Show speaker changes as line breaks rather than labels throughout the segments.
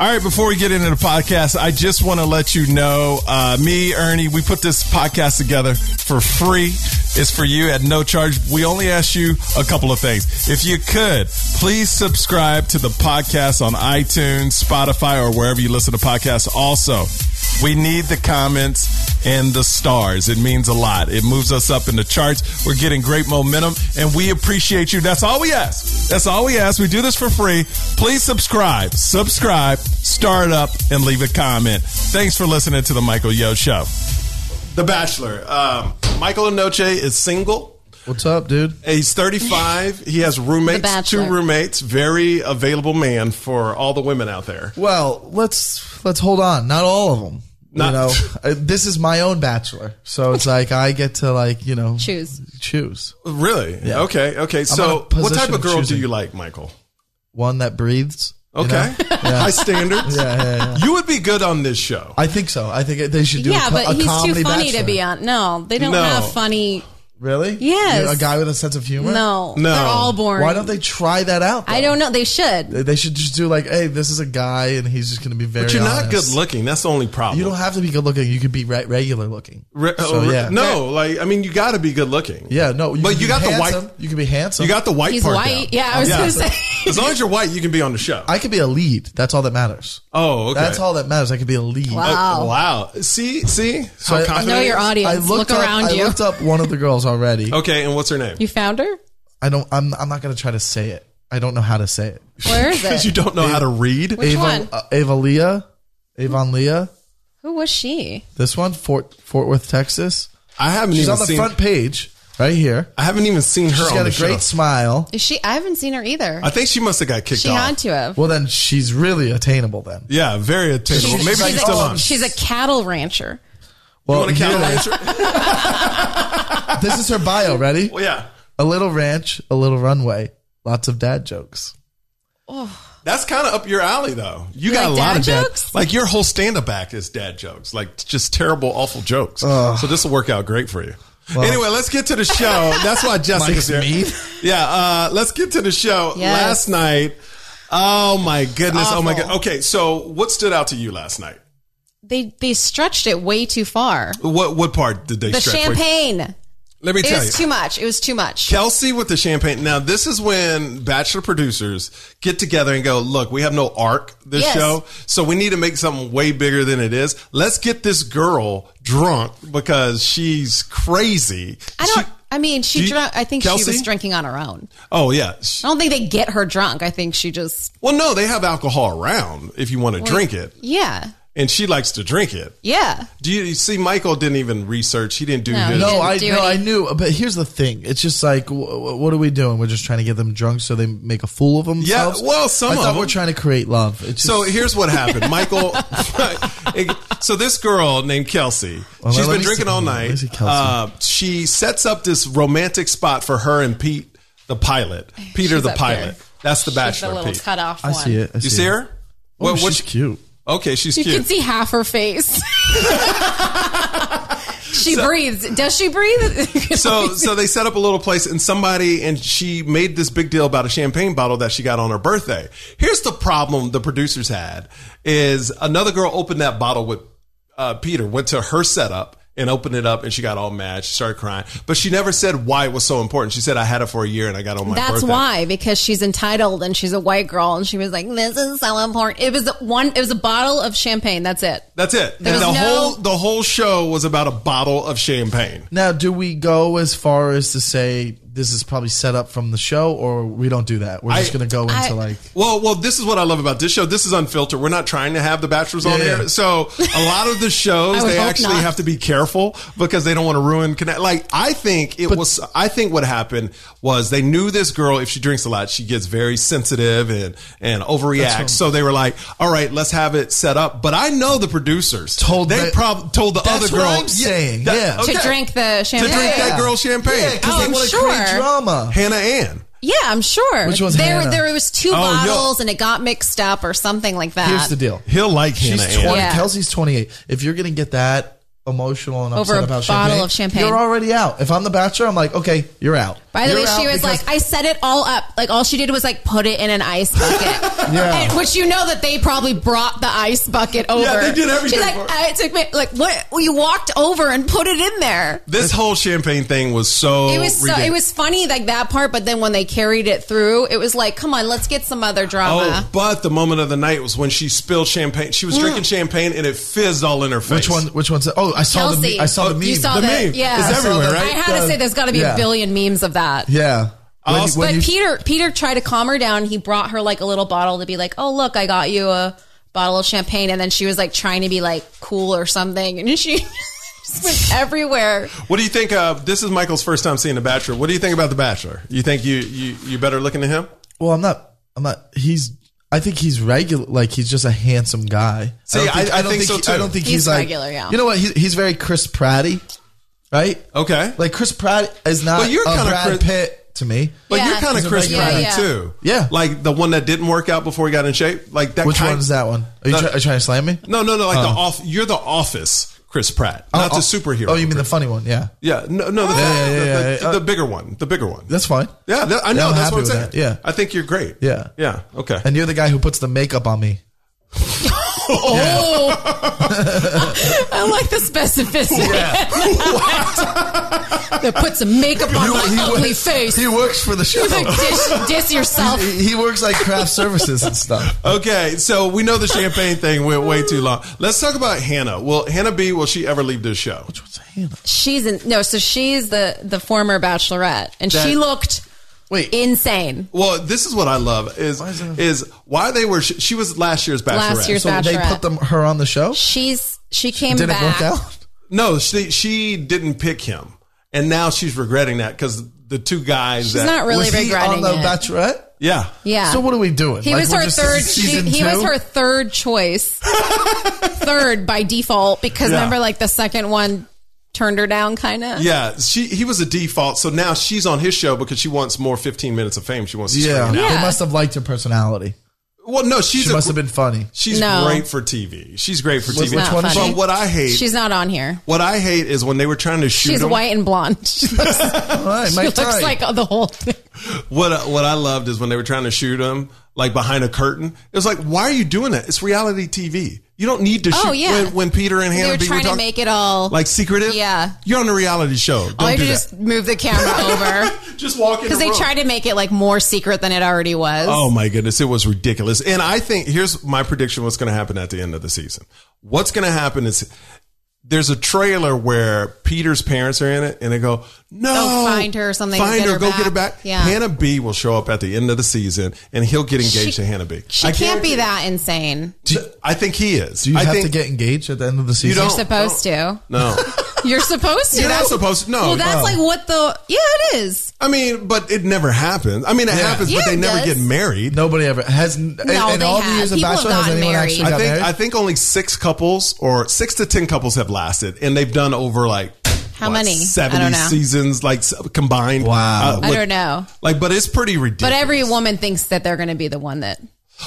All right, before we get into the podcast, I just want to let you know uh, me, Ernie, we put this podcast together for free. It's for you at no charge. We only ask you a couple of things. If you could, please subscribe to the podcast on iTunes, Spotify, or wherever you listen to podcasts. Also, we need the comments and the stars. It means a lot. It moves us up in the charts. We're getting great momentum, and we appreciate you. That's all we ask. That's all we ask. We do this for free. Please subscribe, subscribe, start up, and leave a comment. Thanks for listening to the Michael Yo Show. The Bachelor. Um, Michael Inoche is single.
What's up, dude?
He's 35. He has roommates,
Bachelor.
two roommates. Very available man for all the women out there.
Well, let's let's hold on. Not all of them.
Not-
you know, Uh, this is my own bachelor, so it's like I get to like you know
Choose.
choose
Really? Okay. Okay. So,
in a
what type of
position of
girl do
choosing.
you like, Michael?
one that breathes. you
Okay.
know?
High standards.
Yeah, yeah, yeah.
You would be good on this show.
I think so. I think they should do.
yeah,
a, co-
but
a
he's
comedy
too funny
bachelor.
to be on. No, they don't
No.
have funny.
Really?
Yes.
You- A guy with a sense of humor.
No,
No.
they're all boring.
Why don't they try that out? though?
I don't know. They should.
They- They should just do like, hey, this is a guy, and he's just going to be very.
But you're not
honest.
good looking. That's the only problem.
You don't have to be good looking. You could be re- regular looking.
Re-
so,
uh,
yeah.
No, like I mean, you got to be good looking.
Yeah, no.
But
could
you
be
got the white-
handsome. You could be handsome.
You got the white
He's
part.
white.
down.
Yeah, I was gonna say.
as long as you're white, you can be on the show.
I could be a lead. That's all that matters.
oh, okay.
That's all that matters. I could be a lead.
Wow.
Uh, wow. See, see. So
I- I-
confident.
Know your audience. Look
up,
around
I
you.
looked up one of the girls already.
Okay, and what's her name?
You found her?
I don't. I'm. I'm not going to try to say it. I don't know how to say it.
Where is
Because you
it?
don't know how to read.
Which
Ava,
one?
Uh, Ava Leah. Avon Leah.
Who was she?
This one, Fort Fort Worth, Texas.
I haven't
She's
even
on the
seen.
front page, right here.
I haven't even seen her
She's
on
got
the
a great
show.
smile.
Is she? I haven't seen her either.
I think she must have got kicked
She
off.
had to have.
Well, then she's really attainable. Then.
yeah, very attainable.
She's,
Maybe
she's
she's,
a,
still on.
she's a cattle rancher.
you
Well,
want to count
here-
her?
this is her bio. Ready?
Well, yeah.
A little ranch, a little runway, lots of dad jokes.
That's kind of up your alley, though. You,
You
got
like
a lot
dad
of
jokes?
dad. Like your whole stand-up act is dad jokes, like just terrible, awful jokes. so this will work out great for you. anyway, let's get to the show. That's why Jessica's
Mike's
here.
mean.
Yeah, uh, let's get to the show. Last
Yes.
night. Oh my goodness! Oh my
awful.
god. Okay, so what stood out to you last night?
They they stretched it way too far.
What what part did they?
The
stretch for you?
champagne.
Let me
It
tell you.
was too much. It was too much.
Kelsey with the champagne. Now, this is when bachelor producers get together and go, look, we have no arc this
Yes.
show, so we need to make something way bigger than it is. Let's get this girl drunk because she's crazy.
I don't.
She-
I mean, she
She-
drunk. I think she
Kelsey?
was drinking on her own.
oh, yeah. She-
I don't think they get her drunk. I think she just.
Well, no, they have alcohol around if you want to drink it,
Yeah.
and she likes to drink it.
Yeah.
Do you, you see, Michael didn't even research. He didn't do
No.
his.
No,
didn't
I
do
no, I
any-
knew. But here's the thing: it's just like, wh- wh- what are we doing? We're just trying to get them drunk so they make a fool of themselves.
well, some
I
of
thought we're
them.
trying to create love. It's just,
So here's what happened, Michael. so this girl named Kelsey,
Well,
she's
let
been
me
drinking
see-
all
let me
night.
see Kelsey.
Uh, she sets up this romantic spot for her and Pete, the pilot, Peter
She's
the
up
pilot.
there.
That's the
She's the
bachelor.
little
Pete.
cut off
I
one.
see it. I
You see
it.
her?
Oh,
What- what-
she's cute.
Okay, she's
You can
cute.
see half her face. she breathes. Does she breathe? You can
so
only see-
so they set up a little place and somebody and she made this big deal about a champagne bottle that she got on her birthday. Here's the problem the producers had is another girl opened that bottle with uh, Peter went to her setup and opened it up and she got all mad. She started crying, but she never said why it was so important. She said I had it for a year and I got it on my
That's
birthday.
why, because she's entitled and she's a white girl, and she was like, "This is so important." It was one. It was a bottle of champagne. That's it.
That's it.
There
And the
was no-
whole the whole show was about a bottle of champagne.
Now, do we go as far as to say this is probably set up from the show, or we don't do that? We're
I-
just going to go into
I-
like
Well, well, this is what I love about this show. This is unfiltered. We're not trying to have the bachelors on
Yeah, yeah.
here. So a lot of the
I
shows
would
they
hope
actually
not.
have to be careful because they don't want to ruin connect. Like I think it was. I think what happened was they knew this girl. If she drinks a lot, she gets very sensitive and and overreacts. So they were like, "All right, let's have it set up." But I know the producers
Told
they
that-
prob- told the
That's
other
what
girl
I'm saying, yeah.
To drink the
to
champagne.
drink that girl champagne.
Yeah, 'cause
Oh,
they
I'm
wanna create
sure.
drama.
Hannah Ann.
Yeah, I'm sure.
Which one's
there?
Hannah?
There was two
Oh, yeah.
bottles, and it got mixed up or something like that.
Here's the deal:
He'll like
she's
Hannah Ann.
twenty.
Yeah.
Kelsey's twenty-eight. If you're going to get that emotional and
Over
upset
a
about
bottle
champagne,
of champagne.
you're already out. If I'm the bachelor, I'm like, okay, you're out.
By the
You're
way,
out
she was
because-
like, I set it all up. Like all she did was like put it in an ice bucket.
Yeah.
And- which you know that they probably brought the ice bucket over.
they did everything
She's like,
for it.
I took me like what we walked over and put it in there.
This whole champagne thing was
Oh,
so.
It was so,
ridiculous.
it was funny like that part, but then when they carried it through, it was like, come on, let's get some other drama.
Oh, but the moment of the night was when she spilled champagne. She was
Mm.
drinking champagne and it fizzed all in her face.
Which one? Which one's? Oh, I saw the.
Kelsey,
me- I saw the meme.
Oh, You saw
The
the,
meme.
Yeah,
It's
I saw
everywhere,
the-
right?
I had to say, there's got to be
Uh, Yeah.
a billion memes of that.
Yeah. When
Also-
you- when
But
you-
Peter, Peter tried to calm her down. He brought her like a little bottle to be like, "Oh, look, I got you a bottle of champagne." And then she was like trying to be like cool or something, and she just went everywhere.
What do you think of? This is Michael's first time seeing The Bachelor. What do you think about The Bachelor? You think you you you better looking to him?
well, I'm not. I'm not. He's. I think he's regular. Like he's just a handsome guy.
See,
don't
I- I think so,
he-
too.
I don't think
He's
he's, like
regular, yeah.
You know what? He, he's very Chris Pratty, right?
Okay,
Like Chris Pratt is not
Well, you're
a
kinda
Brad
Chris-
Pitt to me.
but
Yeah.
you're kind of
He's a
Chris
regular
Pratt
guy.
too.
Yeah.
like the one that didn't work out before he got in shape. Like that.
Which
kind-
one's that one? Are you,
No.
try, are you trying to slam me?
No, no, no. Like the off. You're the Office, Chris Pratt, not
Oh,
the superhero.
Oh, you mean the funny one? Yeah,
Yeah, no, no. The,
yeah,
the-
yeah,
the-
yeah,
the-
yeah.
the bigger one, the bigger one.
that's fine.
Yeah, that, I know.
I'm
that's
happy
what I'm
with
saying.
that, yeah.
I think you're great.
Yeah.
yeah. Okay.
And you're the guy who puts the makeup on me.
Oh, I like the specificity. that puts some makeup on my ugly face.
He works for the show.
You like dish, diss yourself.
he, he works like craft services and stuff.
Okay, so we know the champagne thing went way too long. Let's talk about Hannah. Will Hannah B. Will she ever leave this show?
She's in no, so she's the the former bachelorette, and
That-
she looked
Wait.
insane.
Well, this is what I love is
Why is
is,
that-
why they were. She was last year's bachelorette.
Last year's
so they
Bachelorette.
put them her on the show.
She's she came
Did it
back.
work out?
no, she she didn't pick him, and now she's regretting that because the two guys.
She's
that,
not really
was he
regretting
on the
it.
Bachelorette?
Yeah.
yeah.
So what are we doing?
He
Like,
was
we're
her
just
third.
in
She,
season
he was
two?
her third choice, third by default because
Yeah.
remember, like the second one turned her down, kind of.
Yeah, she he was a default, so now she's on his show because she wants more fifteen minutes of fame. She wants to
Yeah.
yeah. Out.
they
Yeah.
must have liked her personality.
Well, no, she's
She
a,
must have been funny.
she's
No.
great for TV. She's great for
Which-
TV.
which one is
but
she?
what I hate,
She's not on here.
what I hate is when they were trying to shoot
She's
him.
white and blonde. She looks,
All right,
she
Mike
looks
Tyson.
like the whole thing.
What what I loved is when they were trying to shoot him like behind a curtain. It was like, why are you doing that? It's reality TV. You don't need to shoot
Oh, yeah.
when, when Peter and
They
Hannah
were
B
trying
talking,
to make it all
like secretive.
Yeah.
you're on a reality show. Don't
All you
do
do
that.
just move the camera over.
Just walk in
because
the
they
room.
tried to make it like more secret than it already was.
Oh my goodness, it was ridiculous. And I think here's my prediction what's going to happen at the end of the season. What's going to happen is there's a trailer where Peter's parents are in it and they go, "No,
Go find her or something,
Find
get
her,
her
go
back."
get her back."
Yeah.
Hannah B will show up at the end of the season and he'll get engaged
She-
to Hannah B.
She
I
can't
guarantee-
be that insane.
I think he is.
Do you
I
have
think,
to get engaged at the end of the season?
don't.
You're supposed to.
No.
You're supposed to.
You're not
That's-
supposed to. No,
Well, that's
no.
like what the. Yeah, it is.
I mean, but it never happens. I mean, it happens,
Yeah,
but they
it
never
does.
get married.
Nobody ever has. No, in, in
they
all the
have.
years of
People have
Bachelor, has
gotten
anyone
married.
actually
I
got
think
married?
I think only six couples or six to ten couples have lasted, and they've done over like
How
what,
many? I don't
seventy
know.
seasons, like s- combined.
Wow.
with-
I don't know.
Like, but it's pretty ridiculous.
But every woman thinks that they're going to be the one that.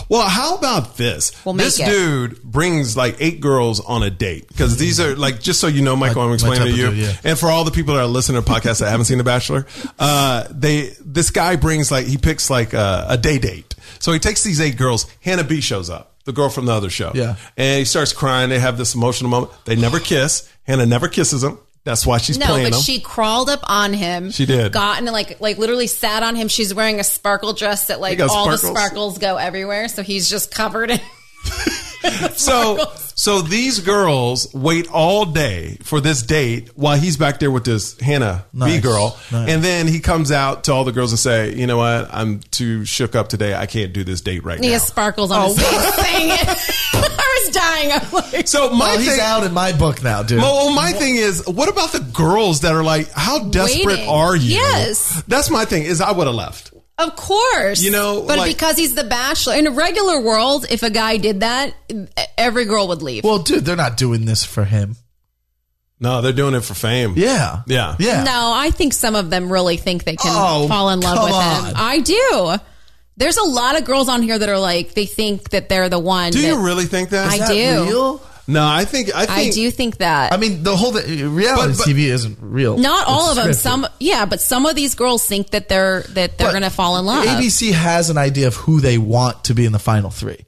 well, how about this?
We'll make
this
it.
dude brings like eight girls on a date because these are like just so you know, Michael, I'm
my
explaining to
type
you,
of dude, yeah.
and for all the people that are listening to podcasts that haven't seen The Bachelor, uh, they this guy brings like he picks like uh, a, a day date. So he takes these eight girls. Hannah B shows up, the girl from the other show.
Yeah.
and he starts crying. They have this emotional moment. They never kiss. Hannah never kisses him. That's why she's
No,
playing
but
him.
she crawled up on him.
She did.
Gotten like like literally sat on him. She's wearing a sparkle dress that like
got
all the
sparkles.
sparkles go everywhere. So he's just covered in.
So, so these girls wait all day for this date while he's back there with this Hannah B
Nice.
girl,
Nice.
and then he comes out to all the girls and say, "You know what? I'm too shook up today. I can't do this date right
He
now."
has sparkles
Oh,
on his face. Dang it. I was dying. I'm like,
So my
well, he's
thing,
out in my book now, dude.
well, my thing is, what about the girls that are like, "How desperate
Waiting.
are you?"
Yes.
that's my thing. Is I would have left.
Of course.
You know,
but
like-
because he's the bachelor in a regular world, if a guy did that, every girl would leave.
well, dude, they're not doing this for him.
No, they're doing it for fame.
Yeah,
Yeah.
yeah.
No, I think some of them really think they can
Oh,
fall in love
come
with
on.
him. I do. There's a lot of girls on here that are like they think that they're the one.
Do
that-
you really think that?
I
Is that
do.
real?
No, I think I
I
think
do think that.
I mean, the whole thing, reality
But- but-
TV isn't real.
not all of
It's scripted.
them. Some, yeah, but some of these girls think that they're that they're
But
going to fall in love.
ABC has an idea of who they want to be in the final three.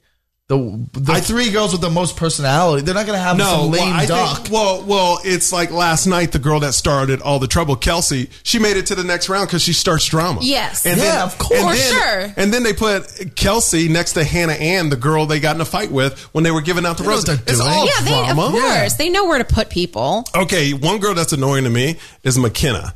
The the three girls with the most personality. They're not going to have
no
some lame
well, I
duck.
Think, well, well, it's like last night the girl that started all the trouble, Kelsey. She made it to the next round because she starts drama.
Yes.
Yeah, of course.
and
For
then-
sure.
And then they put Kelsey next to Hannah Ann, the girl they got in a fight with when they were giving out the
know what
roses.
they're
It's
doing.
all
Oh, yeah, they, of
drama.
course they know where to put people.
Okay, one girl that's annoying to me is McKenna.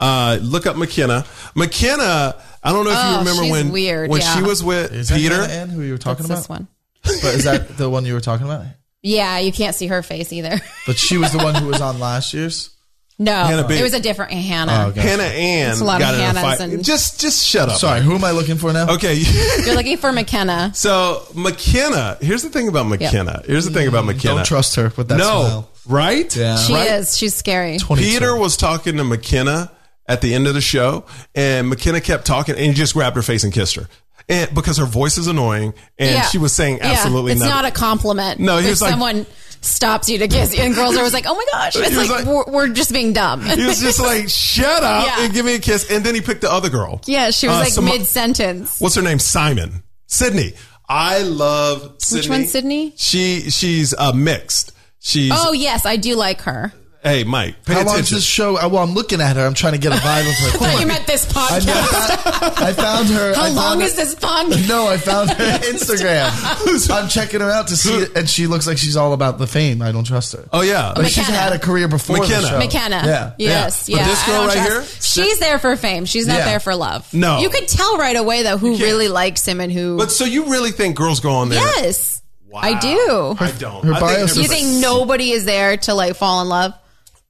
Uh, look up McKenna. McKenna. I don't know if
Oh,
you remember
she's
when
weird,
when
yeah.
she was with
is that
Peter.
Hannah Ann who you were talking
It's
about?
this one.
But is that the one you were talking about?
Yeah, you can't see her face either.
But she was the one who was on last year's.
no,
Hannah B. Oh,
it was a different Hannah.
Hannah Ann
It's a lot of
got in a
Hannahs
fight.
and-
Just, just shut up.
Sorry, who am I looking for now?
Okay.
You're looking for McKenna.
So McKenna, here's the thing about McKenna. Here's the thing about McKenna.
Mm-hmm. Don't trust her with that
No,
smile.
right?
Yeah.
She
Right?
is. She's scary.
22.
Peter was talking to McKenna at the end of the show, and McKenna kept talking, and he just grabbed her face and kissed her, and because her voice is annoying, and
yeah.
she was saying
Yeah,
absolutely
It's
nothing.
not a compliment.
No, he
if
was like-
someone stops you to kiss you, and girls are always like, "Oh my gosh!"
was
It's like,
like-
we're, we're just being dumb.
he was just like, "Shut up
Yeah.
and give me a kiss," and then he picked the other girl.
yeah, she was
Uh,
like
Sam-
mid sentence.
what's her name? Simon. Sydney. I love Sydney.
one's Sydney?
She she's uh, mixed. She's
Oh yes, I do like her.
hey Mike. Pay
How long is
attention.
this show? uh, Well, I'm looking at her. I'm trying to get a vibe of
Oh
her.
I thought you meant this
I, know-
podcast.
I found her. I
How
found
long
her-
is this podcast?
No, I found her Instagram. I'm checking her out to see it, and she looks like she's all about the fame. I don't trust her.
oh yeah.
Like she's
McKenna.
had a career before the
McKenna.
show.
McKenna.
Yeah.
Yes.
Yeah.
Yeah.
But this
I
girl
don't
right
trust-
here-
She's there for fame. She's not
Yeah.
there for love.
No.
You could tell right away though who
can't.
really likes him and who.
But so you really think girls go on there?
yes. I do.
I don't.
Her
I
bio
everybody-
you think nobody is there to like fall in love?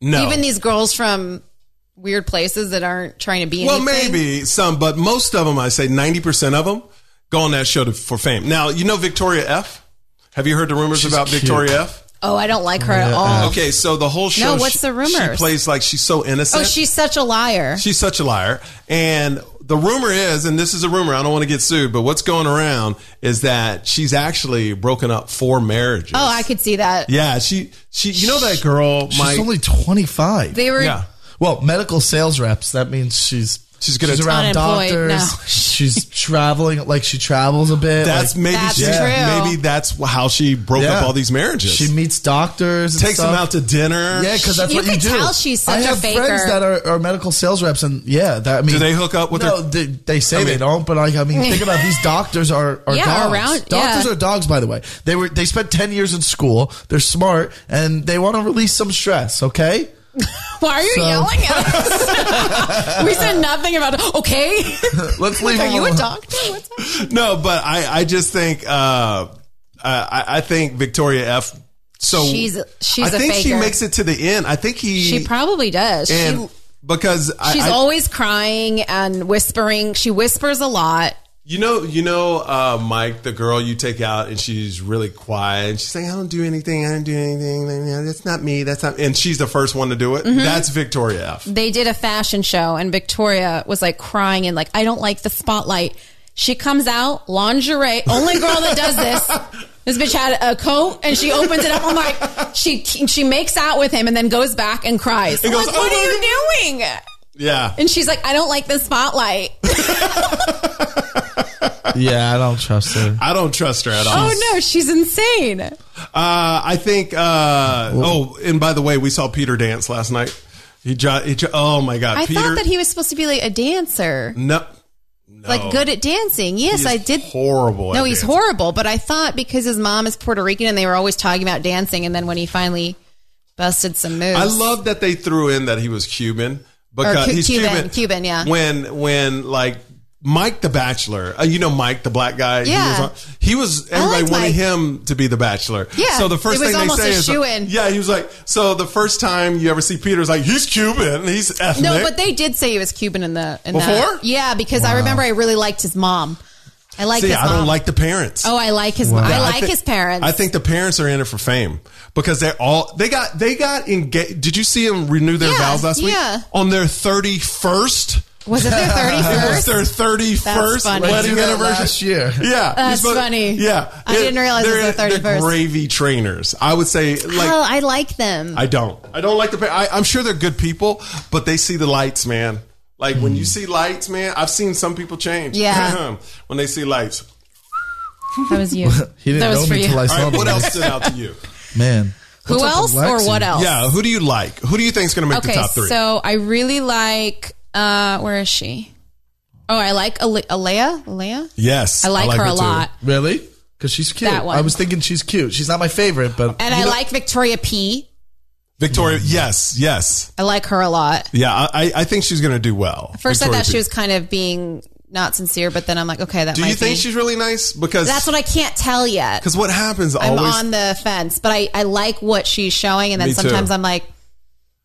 no.
Even these girls from weird places that aren't trying to be.
Well,
anything?
maybe some, but most of them, I say ninety percent of them go on that show to, for fame. Now you know Victoria F. Have you heard the rumors about
cute.
Victoria F?
Oh, I don't like her at all.
Okay, so the whole show.
No, what's
she-
the rumors?
She plays like she's so innocent.
Oh, she's such a liar.
She's such a liar. And the rumor is, and this is a rumor, I don't want to get sued, but what's going around is that she's actually broken up four marriages.
oh, I could see that.
Yeah, she she you know that girl
She's
Mike
only 25.
They were.
Yeah.
well, medical sales reps. That means she's
She's good at-
around
Unemployed,
doctors.
no.
she's traveling. Like she travels a bit.
That's
like,
maybe
That's
she,
true.
maybe that's how she broke
Yeah.
up all these marriages.
she meets doctors. and
takes them
stuff.
out to dinner.
Yeah, because that's
You
what you
could
do.
tell she's
I
such a
have
faker.
friends that are, are medical sales reps, and yeah, that I mean,
Do they hook up with
No,
their-
they, they say
I mean-
they don't, but like, I mean, think about it, these doctors are, are
Yeah,
dogs.
around-
doctors
yeah.
are dogs, by the way. They were they spent ten years in school. They're smart, and they want to release some stress. Okay,
Why are you
So-
yelling at us? we said nothing about. Okay.
let's leave.
Are
them
you a
alone.
doctor? What's up?
No, but I, I just think uh, I, I think Victoria F. So
She's- she's
I
a
think she
faker.
makes it to the end. I think he
She probably does.
and
she,
because I-
she's
I,
always crying and whispering. She whispers a lot.
You know, you know, uh, Mike, the girl you take out, and she's really quiet, and she's like, "I don't do anything. I don't do anything. That's not me. That's not." And she's the first one to do
Mm-hmm.
it. That's Victoria F.
They did a fashion show and Victoria was like crying and like, I don't like the spotlight. She comes out lingerie, only girl that does this. This bitch had a coat and she opens it up. I'm like, she she makes out with him and then goes back and cries. I'm
goes,
like,
"Oh
what
my
are you doing?
Yeah,
And she's like, I don't like the spotlight.
Yeah, I don't trust her.
I don't trust her at all.
oh no, she's insane.
Uh, I think. Uh, oh, and by the way, we saw Peter dance last night. He, jo- he jo- oh my God,
I
Peter.
thought that he was supposed to be like a dancer,
no,
like good at dancing. Yes,
he's
I did
horrible. at
No, he's
dancing.
horrible. But I thought because his mom is Puerto Rican and they were always talking about dancing, and then when he finally busted some moves,
I love that they threw in that he was Cuban because
Cu-
he's
Cuban,
Cuban.
Cuban, yeah.
When when like Mike the Bachelor, uh, you know Mike the black guy.
Yeah.
He was, on, he was everybody
liked
wanted
Mike.
him to be the Bachelor.
Yeah,
So the first
it was
thing
almost
they
a
say
shoo-in.
is yeah, he was like so the first time you ever see Peter's like he's Cuban, he's ethnic.
No, but they did say he was Cuban in the in
Before?
that. Yeah, because I remember I really liked his mom. I like
See,
his
I
mom.
don't like the parents.
Oh, I like his. mom. I like
thi-
his parents.
I think the parents are in it for fame because they're all they got they got engaged. Did you see them renew their
Yeah,
vows last week?
yeah.
On their thirty first,
Was it their
It was
31st?
their 31st
funny. They
wedding
do that
anniversary.
last year.
Yeah. you're
That's funny.
Yeah.
I didn't realize it was
they're,
their
they're
31st.
gravy trainers. I would say, like,
oh, I like them.
I don't. I don't like the. pa- I, I'm sure they're good people, but they see the lights, man. Like when you see lights, man. I've seen some people change.
Yeah.
when they see lights.
that was you.
He didn't
that was
know
for
me
you.
until I
All
saw
right, what
the
else stood out to you?
man.
Who
What's up
else
with
or
Lexi?
what else?
Yeah, who do you like? Who do you think is going to make
Oh. Okay,
the top three?
so I really like. uh Where is she? Oh, I like Ale- Alea. Alea.
yes,
I like, her, a
too.
lot,
Really? Because she's cute.
That one.
I was thinking she's cute. She's not my favorite, but
and I like Victoria P.
Victoria. Yes, yes,
I like her a lot.
yeah. I, I- I think she's going to do well.
First, I
Victoria
thought she
P.
was kind of being not sincere, but then I'm like, okay, that
Do
might
you think
be.
she's really nice? Because
That's what I can't tell yet.
Because what happens
I'm
always.
on the fence, but I, I like what she's showing. And then
Me too.
sometimes I'm like,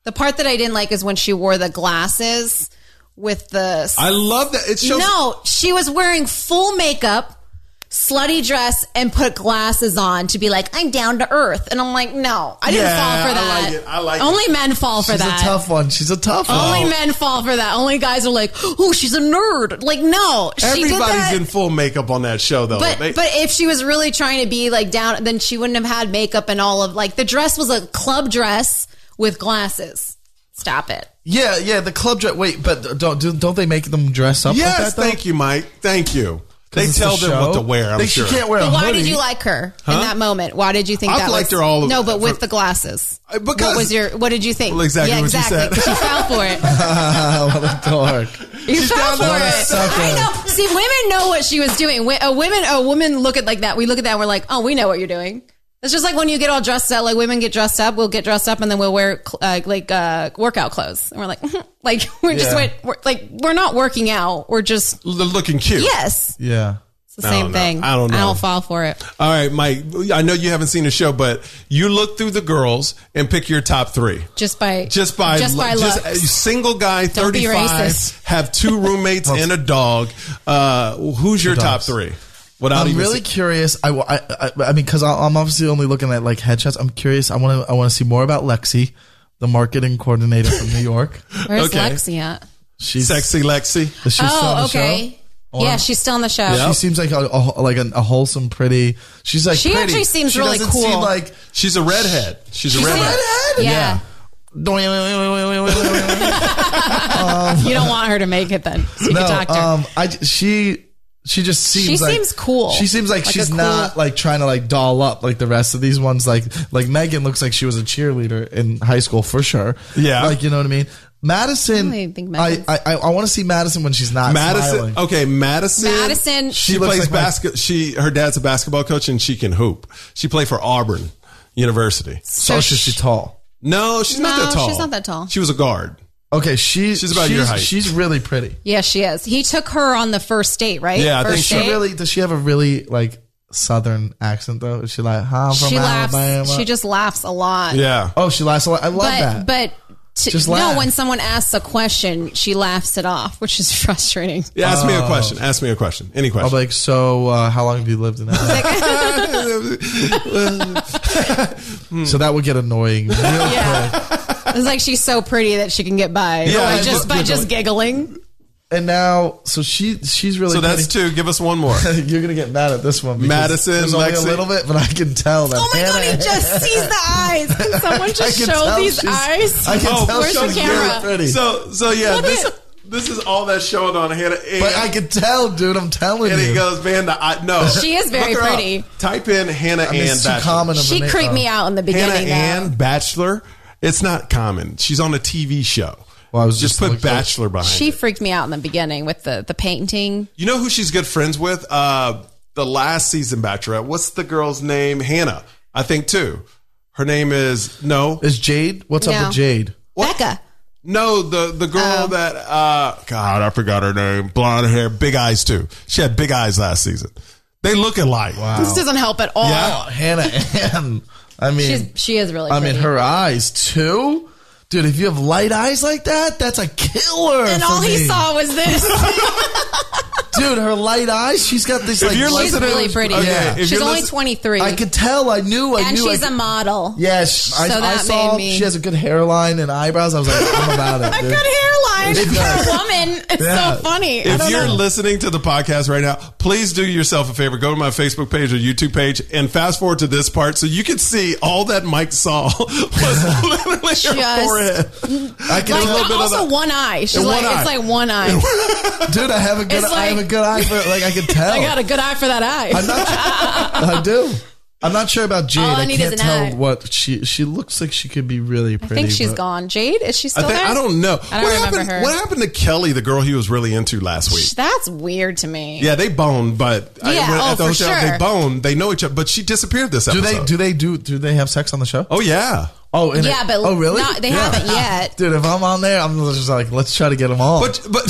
the part that I didn't like is when she wore the glasses with the.
I love that it shows.
no, she was wearing full makeup, slutty dress, and put glasses on to be like, I'm down to earth. And I'm like, no, I didn't
Yeah,
fall for
I
that.
like it. I like it.
Only men fall for
she's
that.
a tough one. She's a tough
Only
Oh.
one.
men fall for that. Only guys are like, oh, she's a nerd. Like, no, she did
Everybody's
that.
in full makeup on that show, though.
But
They-
but if she was really trying to be like down, then she wouldn't have had makeup and all of like the dress was a club dress with glasses. Stop it.
Yeah, yeah. The club dress. Wait, but don't do, don't they make them dress up?
yes,
like that, though?
thank you, Mike. Thank you. They
Because it's
tell
a
them what
show?
to wear. I'm
They-
sure.
She can't wear a
But why
hoodie.
did you like her in that moment? Why did you think
I've
that
liked
was,
her all-
No, but with
for-
the glasses.
Uh, because-
what was your? What did you think?
Well, exactly
yeah,
what you
exactly.
said.
'cause she fell for it.
Oh, what a dork.
You fell
down
for
there
like a
it.
sucker.
I know. See, women know what she was doing. Wi- A women, a woman look at like that. We look at that. and We're like, oh, we know what you're doing. It's just like when you get all dressed up. Like women get dressed up. We'll get dressed up and then we'll wear cl- uh, like uh, workout clothes. And we're like, like we just
Yeah.
went. We're, like we're not working out. We're just
They're looking cute.
yes.
Yeah.
It's the
I
same
don't know.
thing.
I don't
I
know.
don't fall for it.
All right, Mike. I know you haven't seen the show, but you look through the girls and pick your top three.
Just by
Just by
just by
just uh, a
looks.
single guy,
Don't be racist.
thirty-five, have two roommates and a dog. Uh, who's your top
dogs.
three? Without
I'm
even
really
see-
curious. I, wa- I, I, I mean, because I'm obviously only looking at like headshots. I'm curious. I want to. I want to see more about Lexi, the marketing coordinator from New York.
Where's
okay.
Lexi at?
She's
sexy Lexi.
Is she still on the
oh, okay.
show?
Yeah, she's still on the show.
She seems like a, a like a, a wholesome, pretty. She's like
She
pretty.
actually seems really
doesn't seem
cool.
like
She's a redhead. She's, a redhead.
Yeah.
no.
you don't want her to make it then. So you can talk to her.
Um, I j- she she just seems.
She
like,
seems cool.
She seems like,
Like a
she's
cool-
not like trying to like doll up like the rest of these ones. Like like Megan looks like she was a cheerleader in high school for sure.
Yeah.
like you know what I mean. Madison,
I don't even think
I
Megan's-
I, I, want to see Madison when she's not
Madison. Oh,
smiling.
Okay, Madison.
Madison-
She,
She looks
plays
like my-
basket. She her dad's a basketball coach and she can hoop. She played for Auburn University.
So she's
sh-
she's tall.
No, she's not
No,
that tall.
she's not that tall.
She was a guard.
Okay, she,
She's about your height.
She's really pretty.
Yeah, she is. He took her on the first date, right?
Yeah, I
first
think
She
so.
date.
really does. She have a really like southern accent though. Is she like, "Hi, I'm from
she laughs.
Alabama."
She just laughs a lot.
Yeah.
oh, she laughs a lot. I love
But
that.
but to,
Just
no,
laugh.
when someone asks a question, she laughs it off, which is frustrating.
Yeah, ask me
Oh.
a question. Ask me a question. Any
I'm
question.
like, so uh, how long have you lived in LA? So that would get annoying. Real quick.
It's like she's so pretty that she can get by
Yeah,
by
I
just
look
by
good,
just
like-
giggling.
And now, so she she's really.
so that's
pretty.
two. Give us one more.
You're gonna get mad at this one, because
Madison,
There's only a
Lexi.
little bit, but I can tell that.
Oh my god,
Hannah-
he just sees the eyes. Can someone
I
just
can
show
tell
these
she's-
eyes?
I can
Oh,
tell
where's the
she's
camera?
really pretty.
So so yeah,
Look
this
at-
this is all that's showing on Hannah. And,
but I can tell, dude. I'm telling
and
you.
he goes, man, the, I, no.
She is very
Look her up.
pretty.
Type in Hannah
I mean,
Ann
it's too
Bachelor.
common of a
She
name.
creeped me out in the
Hannah
beginning. though.
Ann Bachelor. It's not common. She's on a TV show.
Well, I was
just,
just
put
looking-
Bachelor behind.
She
it.
freaked me out in the beginning with the the painting.
You know who she's good friends with? Uh, the last season Bachelorette. What's the girl's name? Hannah, I think too. Her name is no,
Is Jade? What's
No.
up with Jade?
Becca.
no. The the girl
Oh.
that uh, God, I forgot her name. Blonde hair, big eyes too. She had big eyes last season. They look alike.
This doesn't help at all.
Yeah.
Oh, Hannah Ann. I mean,
She's she is really.
I
Pretty.
mean, her eyes too, dude. If you have light eyes like that, that's a killer.
And
for
all he
me.
saw was this.
dude, her light eyes. She's got this. like,
you're
She's
listening-
really pretty.
Okay,
Yeah.
if
She's
you're
only
listen-
23.
I could tell. I knew. I
and
knew.
she's
I,
a model.
Yes, I,
So
I
that
saw
made me-
she has a good hairline and eyebrows. I was like, I'm about it.
A
Dude.
good hairline
It's nice.
for a woman. It's
Yeah.
so funny. I
If
don't
you're
know.
listening to the podcast right now,
Please do yourself a favor. Go to my Facebook page or YouTube page and fast forward to this part so you can see all that Mike saw was literally her
Just-
forehead.
I can
like,
tell,
bit of
also
that.
one eye. She's
And one
like,
eye.
it's like one eye.
dude. I have a good.
It's
I have a
like-
good eye for. Like I can tell.
I got a good eye for that
I'm
eye.
not. I do. I'm not sure about Jade.
All I
I,
need
can't
is an
tell
eye.
what she. She looks like she could be really
I
pretty.
think she's
but-
gone. Jade, is
I,
she still
think,
there?
I don't know.
I don't
what
remember
happened,
her.
What happened to Kelly, the girl he was really into last week?
That's weird to me.
Yeah, they boned, but I-
Yeah,
when-
oh,
at the
for
hotel
sure.
they boned. They know each other, but she disappeared this
Do
episode.
they? Do they do? Do they have sex on the show?
oh yeah.
Oh, in
Yeah,
it-
but
oh really?
not- they haven't yet.
Dude, if I'm on there, I'm just like, let's try to get them all.
But but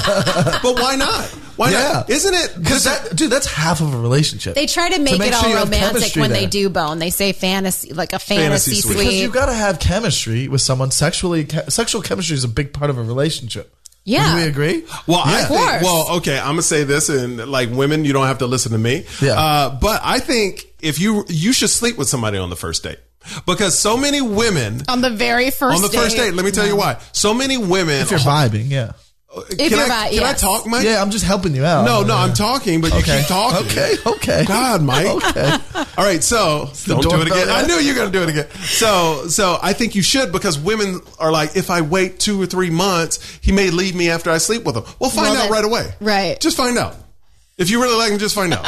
but why not? Why
yeah,
not? Isn't it?
Because that, dude, that's half of a relationship.
They try to make
make
it
sure
all
you have
romantic
chemistry
when they
there.
do bone. They say fantasy, like a
Fantasy
fantasy,
suite.
suite.
because you got to have chemistry with someone. Sexually, che- sexual chemistry is a big part of a relationship.
Yeah.
do we agree?
Well, I
Of
think,
course.
well, okay, I'm gonna say this, and like women, you don't have to listen to me.
Yeah.
Uh, but I think if you you should sleep with somebody on the first date because so many women
on the very first
on the first date. Let me tell you why. So many women.
If you're vibing, yeah,
can
you're
I,
bi-
can I
yes.
talk, Mike?
yeah. I'm just helping you out.
No, no, I'm talking, but you keep talking.
Oh, Okay, okay.
God, Mike.
Okay.
All right, so don't do
doorbell
it again.
yet?
I knew you were going to do it again. So, so I think you should because women are like, if I wait two or three months, he may leave me after I sleep with him. Well, find
Well,
out
then-
right away.
right.
Just find out. If you really like him, just find out.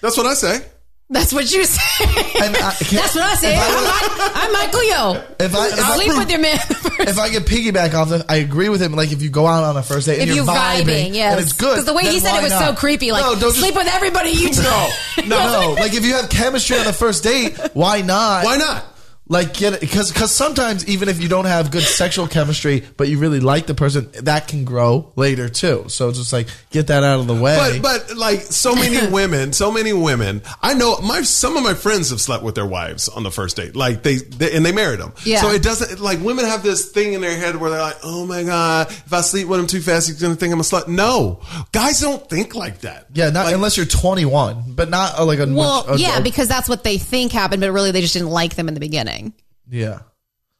That's what I say.
That's what you say.
And I- can-
That's what I say. I'm, Mi- I'm Michael Yo.
If I- if I
sleep
prove-
with your man. first.
if I could piggyback off that, I agree with him. Like if you go out on a first date and
If
you're,
you're
vibing,
vibing, yes.
and it's good.
Because the way he
then
said
why
it was so
not?
creepy. Like,
no, don't just-
sleep with everybody you
No,
no, no. like if you have chemistry on the first date, why not?
Why not?
Like get it because because sometimes even if you don't have good sexual chemistry, but you really like the person, that can grow later too. So just like get that out of the way.
But but like so many women, so many women. I know my some of my friends have slept with their wives on the first date, like they, they and they married them.
Yeah.
So it doesn't like women have this thing in their head where they're like, oh my god, if I sleep with him too fast, he's gonna think I'm a slut. No, guys don't think like that.
yeah, not unless you're 21, but not uh, like a
Well,
a-
yeah,
a-
because that's what they think happened, but really they just didn't like them in the beginning.
yeah.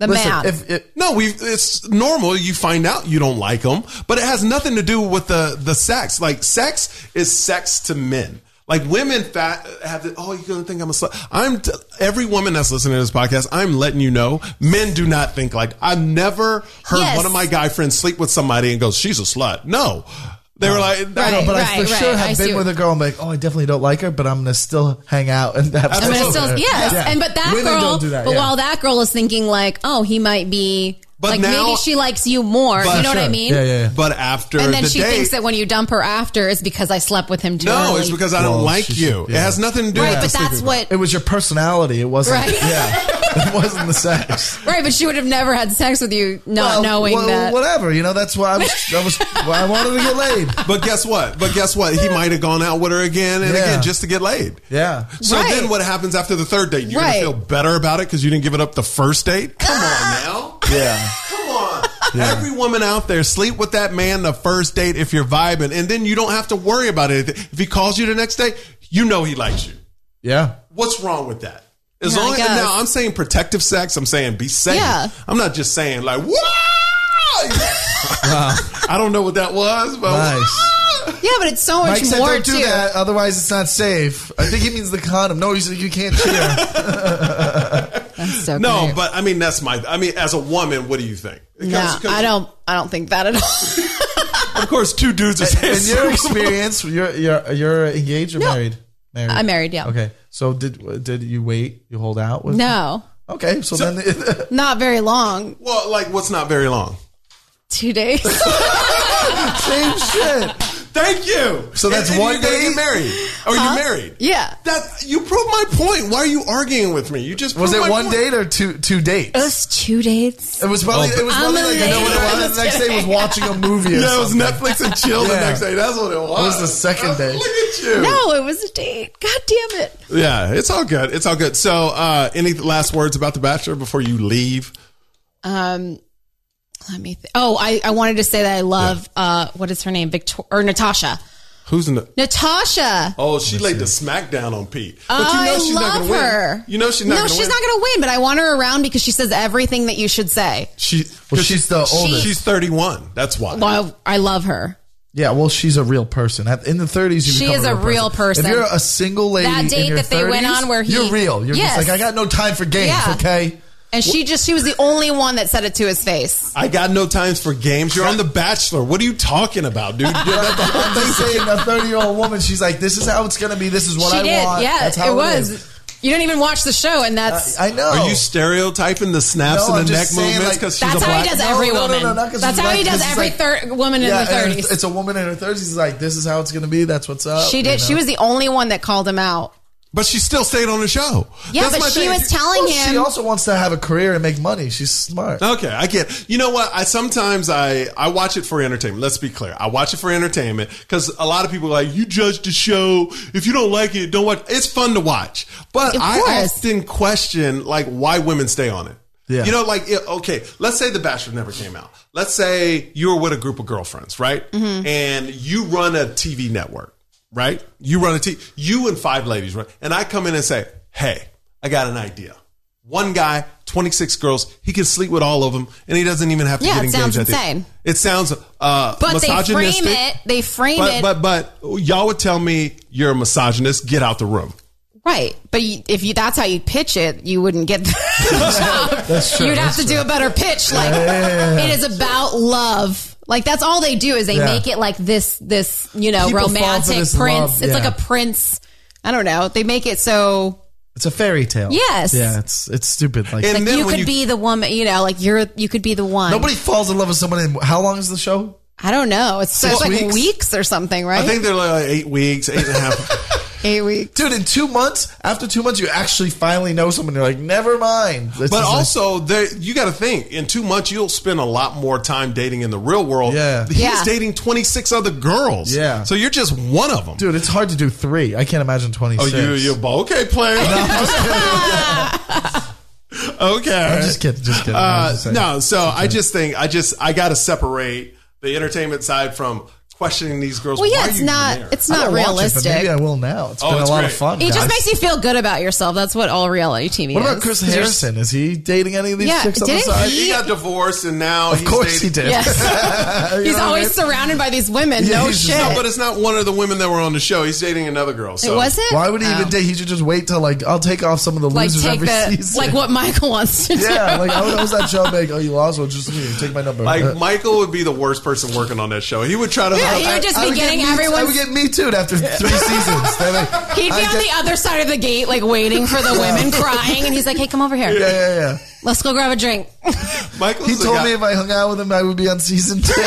The
Listen,
man.
if it,
No, we it's normal. You find out you don't like them, but it has nothing to do with the the sex. Like sex is sex to men. Like women fat have the, oh, you're going to think I'm a slut. I'm t- every woman that's listening to this podcast, I'm letting you know men do not think like I've never heard
Yes.
one of my guy friends sleep with somebody and goes, she's a slut. No. They were like,
I know,
Right,
but I
right,
for sure
right.
have
I see
been
what-
with a girl. I'm like, oh, I definitely don't like her, but I'm gonna still hang out and have.
I'm
sex
gonna
with
still
her.
yes, and but that
Women
girl,
don't do that.
but
yeah.
while that girl is thinking like, oh, he might be,
But
like
now-
maybe she likes you more. You know what I
Sure.
mean?
Yeah, yeah, yeah.
but after
And then
the
she
date,
thinks that when you dump her after, it's because I slept with him too
no,
early.
it's because I don't
Well,
like
she
you.
should-
It has nothing to do
right,
with
but
the
that's what
It was your personality. It wasn't.
Right.
Yeah. it wasn't the sex.
right, but she would have never had sex with you not
Well,
knowing
well,
that.
Whatever. You know, that's why I was. I was. why I wanted to get laid.
But guess what? But guess what? He might have gone out with her again and
Yeah.
again just to get laid.
Yeah.
So
Right.
then what happens after the third date? You're
Right.
going to feel better about it because you didn't give it up the first date? Come on now.
Yeah.
Come on. Every woman out there, sleep with that man the first date if you're vibing. And then you don't have to worry about anything. If he calls you the next day, you know he likes you.
Yeah.
What's wrong with that? As
Yeah, I
long as
guess.
now I'm saying protective sex, I'm saying be safe.
Yeah.
I'm not just saying like, wow. I don't know what that was, but
Nice.
yeah, but it's so much
Mike said,
Oh, more
"Don't do
too.
that. Otherwise, it's not safe." I think he means the condom. No, he's like, "You can't cheer."
That's so
No,
great.
but I mean that's my. I mean, as a woman, what do you think?
no,
Because-
I don't. I don't think that at all.
Of course, two dudes are saying.
In your experience, you're you're you're engaged or
No.
married? Married.
I'm married, yeah.
Okay. So did did you wait? You hold out? With
no,
Okay. So, then.
not very long.
well, like what's not very long.
Two days.
Same shit.
Thank you.
So that's
and, and
one
you're gonna
date?
Get married? Are
Huh?
you married?
Yeah.
That you proved my point. Why are you arguing with me? You just
Was
proved
it
my
one
point.
date or two two dates?
Oh It was Oh. two dates.
It was probably it was
I'm
probably like you know what
amazed.
it was. The next day was watching a movie. Or
Yeah, it was
something.
Netflix and chill the
Yeah.
next day. That's what it was. It
was the second day.
Look at you.
No, it was a date. God damn it.
Yeah, it's all good. It's all good. So, uh, any last words about The Bachelor before you leave?
Um, Let me. Th- oh, I, I wanted to say that I love uh what is her name Victor or Natasha.
Who's in the?
Natasha.
Oh, she laid the smackdown on Pete. But
Oh, I love
gonna
her.
win. You know she's not.
No,
gonna
she's
win.
not going to win. But I want her around because she says everything that you should say.
She,
Well, she's the
she-
oldest.
She's 31. That's why.
Well, I love her.
Yeah, well, she's a real person. At- In the 30s, you
She
become
is a real person.
If you're a single lady,
That
in
date
your
that they went
30s,
on where he-
you're real. You're
Yes.
just like, I got no time for games.
Yeah.
Okay,
And she just she was the only one that said it to his face.
I got no times for games. You're on The Bachelor. What are you talking about, dude? You're not the
I'm just saying, a 30 year old woman, she's like, this is how it's gonna be. This is what
she
I
did.
want.
yeah,
That's how
it was.
is.
You don't even watch the show, and that's
I know.
Are you stereotyping the snaps
No,
and the
I'm
neck
just saying,
movements
like-
because she's
that's
a
how
black?
he does
No,
every
no, no,
woman.
no, not 'cause
that's
she's
how he
black,
does
'cause it's
every
like-
third woman
yeah,
in her
and
thirties.
It's, it's a woman in her 30s. Is like, this is how it's gonna be. That's what's up.
She did.
you
She
know?
was the only one that called him out.
But she still stayed on the show.
Yeah,
That's my
but she
thing.
was telling
Well,
him.
She also wants to have a career and make money. She's smart.
Okay, I get. You know what? I sometimes I I watch it for entertainment. Let's be clear. I watch it for entertainment because a lot of people are like you judge the show. If you don't like it, don't watch. It's fun to watch, but
Of
I
course.
often question like why women stay on it.
Yeah.
You know, like it, okay, let's say The Bachelor never came out. Let's say you were with a group of girlfriends, right?
Mm-hmm.
And you run a TV network, right? You run a T. You and five ladies, right? And I come in and say, "Hey, I got an idea." one guy, 26 girls. He can sleep with all of them, and he doesn't even have to
Yeah,
get
it
engaged.
sounds
at the-
insane.
It sounds uh,
But they
misogynistic.
frame it. They frame
but,
it
but but y'all would tell me you're a misogynist. Get out the room.
right. But you, if you that's how you pitch it, you wouldn't get the job.
true,
You'd have
that's
to do a better pitch. Like it is about love. Like that's all they do is they
Yeah.
make it like this this you know
People fall for
romantic
this
prince.
love,
It's like
yeah.
a prince. I don't know. They make it so
It's a fairy tale.
Yes.
Yeah. It's it's stupid. Like
And
like
then
you
when
could
you-
be the woman. You know, like you're you could be the one.
nobody falls in love with someone. In, how long is the show?
I don't know. It's, so
Six
it's like
weeks?
weeks? or something, right?
I think they're like eight weeks, eight and a half.
Eight weeks.
dude in two months after two months you actually finally know someone you're like never mind This
But
is
also, there you got to think. In two months, you'll spend a lot more time dating in the real world.
Yeah.
he's
Yeah.
dating twenty six other girls.
Yeah.
so you're just one of them.
like, dude it's hard to do three i can't imagine 26
Oh, you, you're okay, player. okay. I'm
just kidding, just kidding. I
Uh,
was just saying.
no, so I just think I just I gotta separate the entertainment side from questioning these girls.
Well,
Why
yeah,
are
it's
you
not
there?
it's
I
not
don't watch it, but
realistic.
maybe i will now It's
Oh,
been
it's
a lot
great.
of fun
It just
guys.
makes you feel good about yourself. That's what all reality TV
what
is.
about chris
'Cause you're-
harrison is he dating any of these
Yeah,
chicks on the
didn't
side
he got divorced and now
of
he's
course he
dating-
did
Yes. he's always surrounded by these women.
Yeah,
no
he's just-
shit.
No, but it's not one of the women that were on the show. He's dating another girl. So.
it wasn't.
why would he even
Oh.
date he should just wait till like i'll take off some of the
Like
losers
take
every
the
season
like what Michael wants to do.
yeah like how was that show make oh you lost one just me take my number Uh,
Like Michael would be the worst person working on that show. He would try to.
Yeah, he
I-
would just
I
be
get
getting
me- I would
everyone's-
get me too after three seasons. They're like,
He'd be
I
on
get-
the other side of the gate, like waiting for the women crying, and he's like, "Hey, come over here.
Yeah, yeah, yeah.
Let's go grab a drink."
Michael's
He
the
told
guy-
me if I hung out with him, I would be on season two.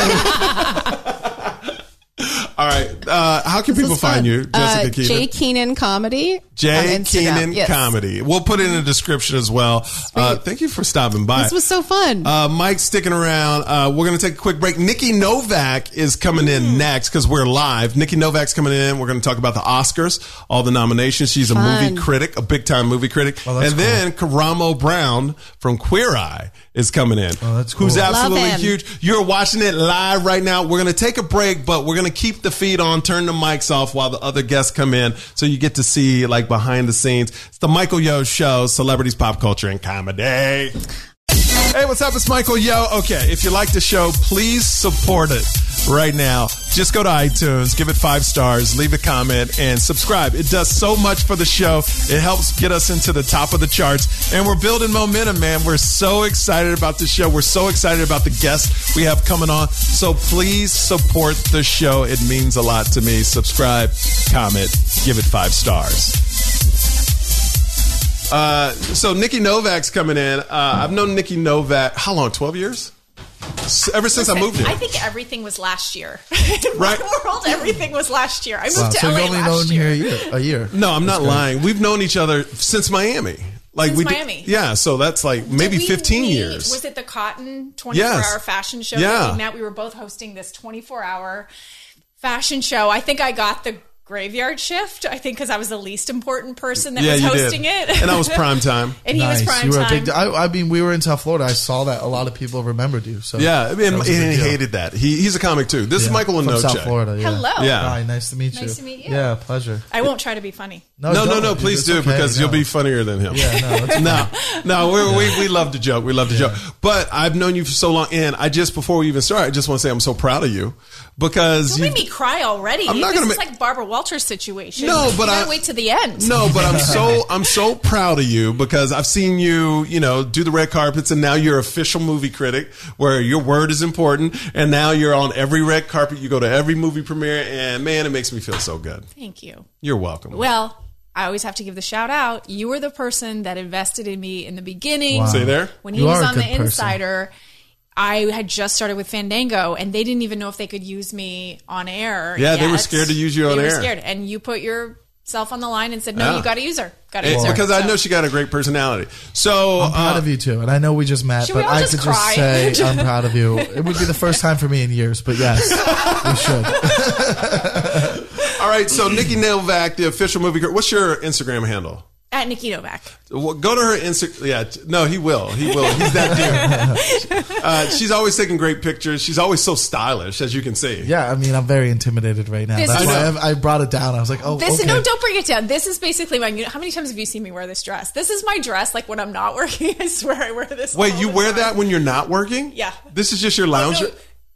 All right, uh, how can people
This is fun.
find you, Jessica
uh,
Keenan?
Jay Keenan comedy. on
Jay
Instagram.
Keenan
Yes.
Comedy. We'll put it in the description as well. Uh, thank you for stopping by.
This was so fun.
Uh, Mike's sticking around. Uh, we're going to take a quick break. Nikki Novak is coming in next because we're live. Nikki Novak's coming in. We're going to talk about the Oscars, all the nominations. She's a movie critic, a big time movie critic.
Oh,
and then Karamo Brown from Queer Eye is coming in,
Oh, that's
who's
cool.
absolutely
him.
huge. You're watching it live right now. We're going to take a break, but we're going to keep the feed on, turn the mics off while the other guests come in so you get to see like behind the scenes. It's the Michael Yo Show, celebrities, pop culture, and comedy. Hey, what's up? It's Michael Yo. Okay, if you like the show, please support it right now. Just go to iTunes, give it five stars, leave a comment, and subscribe. It does so much for the show. It helps get us into the top of the charts, and we're building momentum, man. We're so excited about the show. We're so excited about the guests we have coming on. So please support the show. It means a lot to me. Subscribe, comment, give it five stars. Uh, so Nikki Novak's coming in. Uh, I've known Nikki Novak how long? Twelve years. S- Ever since I moved here.
I think everything was last year. In my
Right.
world, everything was last year. I moved
Wow,
to
so
LA
you've only
last
known
year.
here a year. A year.
no, I'm not lying. We've known each other since Miami. Like
Since
we did-
Miami.
yeah. So that's like maybe
Did we
15
meet-
years.
Was it the Cotton 24
Yes.
hour fashion show?
Yeah.
That we met. We were both hosting this 24 hour fashion show. I think I got the graveyard shift. I think because I was the least important person that
yeah,
was
you
hosting
did.
it,
and I was prime time.
and he was prime
you were
time.
a big. I, I mean, we were in South Florida. I saw that a lot of people remembered you. So
Yeah, and,
that
and
was a
he
big deal.
hated that. He, he's a comic too. This is
Yeah,
Michael
from
Inocce.
South Florida. Yeah.
Hello.
Yeah.
Hi, nice to meet you.
Nice to meet you.
Yeah, pleasure.
I won't try to be funny.
No, no,
don't.
no! Please
It's
do
okay,
because you'll
no.
be funnier than him.
Yeah, no, it's
no, no, we're, we we love to joke. We love to joke. But I've known you for so long, and I just before we even start, I just want to say I'm so proud of you because
Don't
you
make me cry already.
I'm not
this
gonna
is
ma-
like Barbara Walters situation.
No, but
you gotta
I-
wait to the end.
No, but I'm so I'm so proud of you because I've seen you, you know, do the red carpets, and now you're official movie critic, where your word is important, and now you're on every red carpet. You go to every movie premiere, and man, it makes me feel so good.
Thank you.
You're welcome.
Well, I always have to give the shout out. You were the person that invested in me in the beginning.
Wow.
See there?
When he
You
was
are a
on the
good person.
Insider, I had just started with Fandango, and they didn't even know if they could use me on air.
Yeah, they were
yet.
scared to use you on
They were
air.
scared, and you put yourself on the line and said, "No,
Yeah.
you got to use her. Got to
And-
use her."
because I
So-
know she got a great personality. So
I'm proud
uh,
of you too, and I know we just met,
Should
but
we all
I
just
could just
cry?
say I'm proud of you. It would be the first time for me in years, but yes, we should.
all right, so Nikki Novak, the official movie critic. What's your Instagram handle?
at Nikki Novak.
Well, go to her Instagram. Yeah, t- no, he will. He will. He's that dude. uh, she's always taking great pictures. She's always so stylish, as you can see.
Yeah, I mean, I'm very intimidated right now.
This
That's
is-
why
I know.
I, I brought it down. I was like, oh,
This
okay.
no, don't bring it down. This is basically my. How many times have you seen me wear this dress? This is my dress. Like when I'm not working, I swear I wear this.
Wait,
all
you
the
wear
time.
that when you're not working?
Yeah.
This is just your lounge.
No,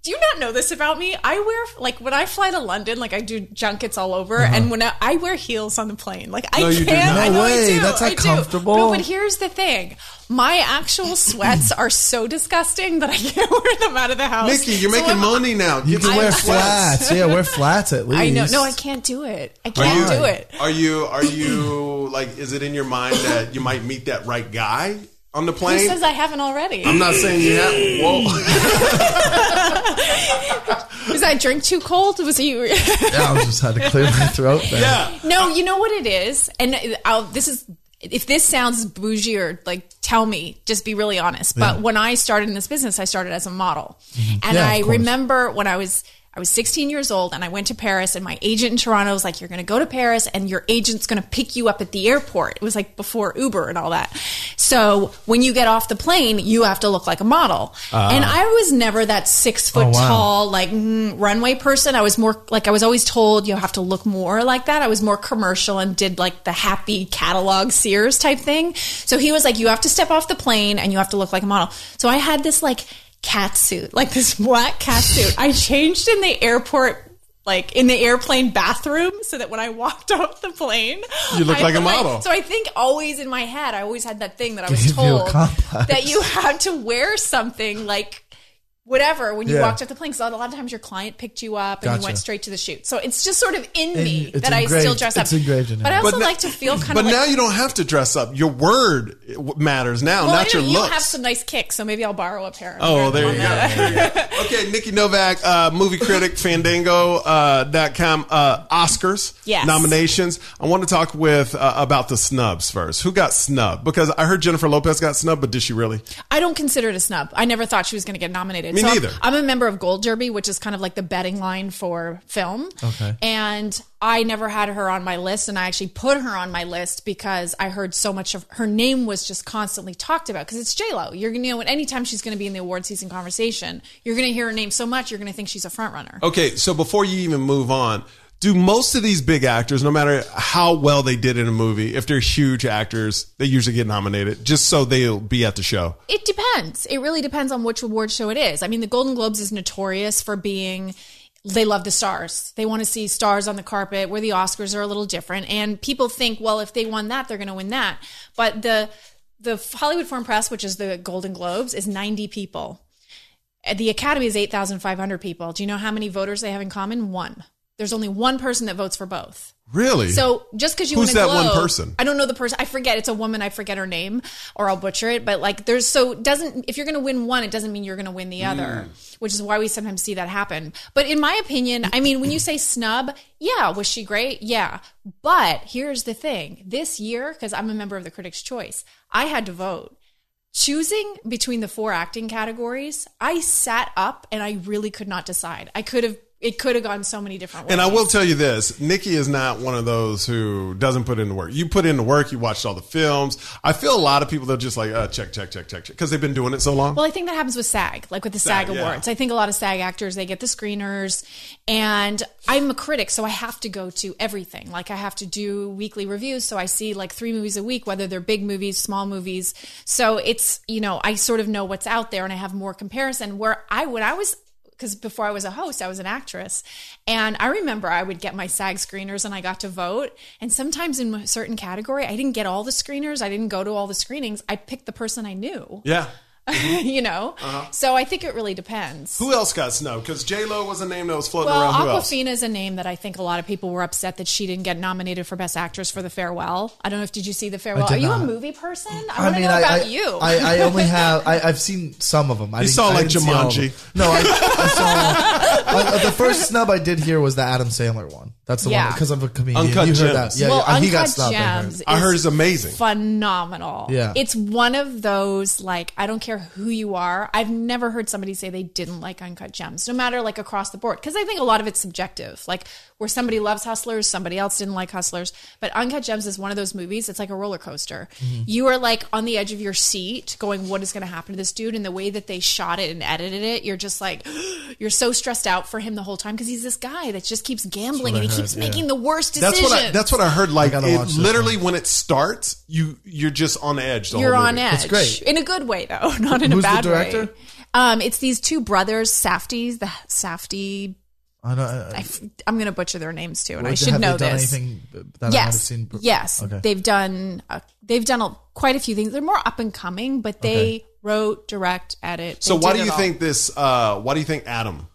do you not know this about me? I wear like when I fly to London, like I do junkets all over, and when I, I wear heels on the plane, like I
Uh-huh. No, you do
can't.
not.
I
No
know
way,
I do.
that's not
I do.
comfortable.
No, but here's the thing: my actual sweats are so disgusting that I can't wear them out of the house.
Nikki, you're
So
making
I'm-
money now.
You
Get
can
some
wear
sweats.
flats. Yeah, wear flats at least.
I know. No, I can't do it. I
Are
can't
you-
do it.
Are you? Are you like? Is it in your mind that you might meet that right guy on the
Who
plane?
says I haven't already?
I'm not saying you have. Whoa.
Was I drink too cold? Was you?
Yeah, I just had to clear my throat. There.
yeah.
No, you know what it is, and I'll, this is if this sounds bougie or like tell me, just be really honest. But
Yeah. Mm-hmm.
when I started in this business, I started as a model, and
Yeah, of
I
course.
remember when I was. I was 16 years old and I went to Paris and my agent in Toronto was like, you're going to go to Paris and your agent's going to pick you up at the airport. It was like before Uber and all that. So when you get off the plane, you have to look like a model. and I was never that six foot
Ah. Oh, wow.
tall all, like mm, runway person. I was more like I was always told you have to look more like that. I was more commercial and did like the happy catalog Sears type thing. So he was like, you have to step off the plane and you have to look like a model. So I had this like cat suit, like this black cat suit. I changed in the airport. Like in the airplane bathroom, so that when I walked off the plane,
You look
I
like a
put my-
model.
so I think always in my head, I always had that thing that I
Give
was
you a
told
complex.
that you had to wear something like whatever when you
Yeah.
walked off the plane because a lot of times your client picked you up and
Gotcha.
you went straight to the shoot. So it's just sort of in
In-
me
it's
that I still
engraved-
dress up.
it's engraved in
but I
you.
also
But na-
like to feel kind
But
of like.
now you don't have to dress up. Your word matters now,
well, I
not
know
your
you
looks.
have some nice kicks, so maybe I'll borrow a pair.
Oh, there you, go. There you go. Okay, Nikki Novak, uh, movie critic, Fandango.com, uh, dot com, uh, Oscars
Yes.
nominations. I want to talk with uh, about the snubs first. Who got snubbed? Because I heard Jennifer Lopez got snubbed, but did she really?
I don't consider it a snub. I never thought she was going to get nominated.
Me
so I'm-
neither.
I'm, a member of Gold Derby, which is kind of like the betting line for film.
Okay.
And I never had her on my list, and I actually put her on my list because I heard so much of her name was just constantly talked about because it's J Lo. You're gonna you know anytime she's going to be in the award season conversation, you're going to hear her name so much, you're going to think she's a front runner.
Okay, so before you even move on, do most of these big actors, no matter how well they did in a movie, if they're huge actors, they usually get nominated just so they'll be at the show.
It depends. It really depends on which award show it is. I mean, the Golden Globes is notorious for being they love the stars. They want to see stars on the carpet where the Oscars are a little different and people think, well, if they won that, they're going to win that. But the the Hollywood Foreign Press, which is the Golden Globes, is 90 people. Uh, The Academy is 8,500 people. Do you know how many voters they have in common? One. There's only one person that votes for both.
Really?
So just because you
Who's
win a
that one
globe,
person?
I don't know the person. I forget. It's a woman. I forget her name, or I'll butcher it. But like, there's so it doesn't if you're going to win one, it doesn't mean you're going to win
Mm.
the other, which is why we sometimes see that happen. But in my opinion, I mean, when you say snub, yeah, was she great? Yeah, but here's the thing: this year, because I'm a member of the Critics' Choice, I had to vote. Choosing between the four acting categories, I sat up and I really could not decide. I could have it could have gone so many different ways.
And I will tell you this: Nikki is not one of those who doesn't put in the work. You put in the work. You watched all the films. I feel a lot of people they're just like uh, check, check, check, check, check, because they've been doing it so long.
Well, I think that happens with SAG, like with the SAG,
SAG, yeah.
awards. I think a lot of SAG actors they get the screeners, and I'm a critic, so I have to go to everything. Like I have to do weekly reviews, so I see like three movies a week, whether they're big movies, small movies. So it's you know I sort of know what's out there, and I have more comparison. Where I when I was because before I was a host, I was an actress. And I remember I would get my SAG screeners and I got to vote. And sometimes in a certain category, I didn't get all the screeners. I didn't go to all the screenings. I picked the person I knew
yeah.
you know.
Uh-huh.
So I think it really depends.
Who else got snubbed? Because J Lo was a name that was floating
well,
around. Who else?
Aquafina is a name that I think a lot of people were upset that she didn't get nominated for Best Actress for The Farewell. I don't know if did you see The Farewell.
did
Are you a
not.
movie person? I, want to know about
I,
you.
I, I only have I, I've seen some of them. I didn't-
saw,
I
like,
didn't see all of
Jumanji.
them. No, I, I saw I- I- the first snub I did hear was the Adam Sandler one. That's the
Yeah.
one because I'm a comedian.
Uncut
you heard
Gems.
that? Yeah,
well,
yeah, he got
Uncut
snubbed. I heard.
Gems.
I
is
heard it's amazing.
phenomenal.
Yeah.
It's one of those like I don't care who you are. I've never heard somebody say they didn't like Uncut Gems, no matter like across the board, because I think a lot of it's subjective. Like where somebody loves Hustlers, somebody else didn't like Hustlers, but Uncut Gems is one of those movies. It's like a roller coaster.
Mm-hmm.
You are like on the edge of your seat, going, "What is going to happen to this dude?" And the way that they shot it and edited it, you're just like, you're so stressed out for him the whole time because he's this guy that just keeps gambling and he
heard,
keeps
yeah.
making the worst
That's
decisions.
what I, that's what I heard. Like
gotta
it
watch this
literally when it starts, you you're just on edge. The
You're
whole
on
movie.
edge.
great.
In a good way, though, not in
Who's
a
the
bad way.
director?
Um, it's these two brothers, Safties, the Safty.
I don't, I,
I'm going to butcher their names too, and
I,
I should
have
know
they done
this.
anything that I might have
yes,
seen?
yes,
Okay.
they've done uh, they've done a, quite a few things. They're more up and coming, but they wrote, direct, edit.
So
they
why
did
do
it
you
all.
think this? Uh, why do you think Adam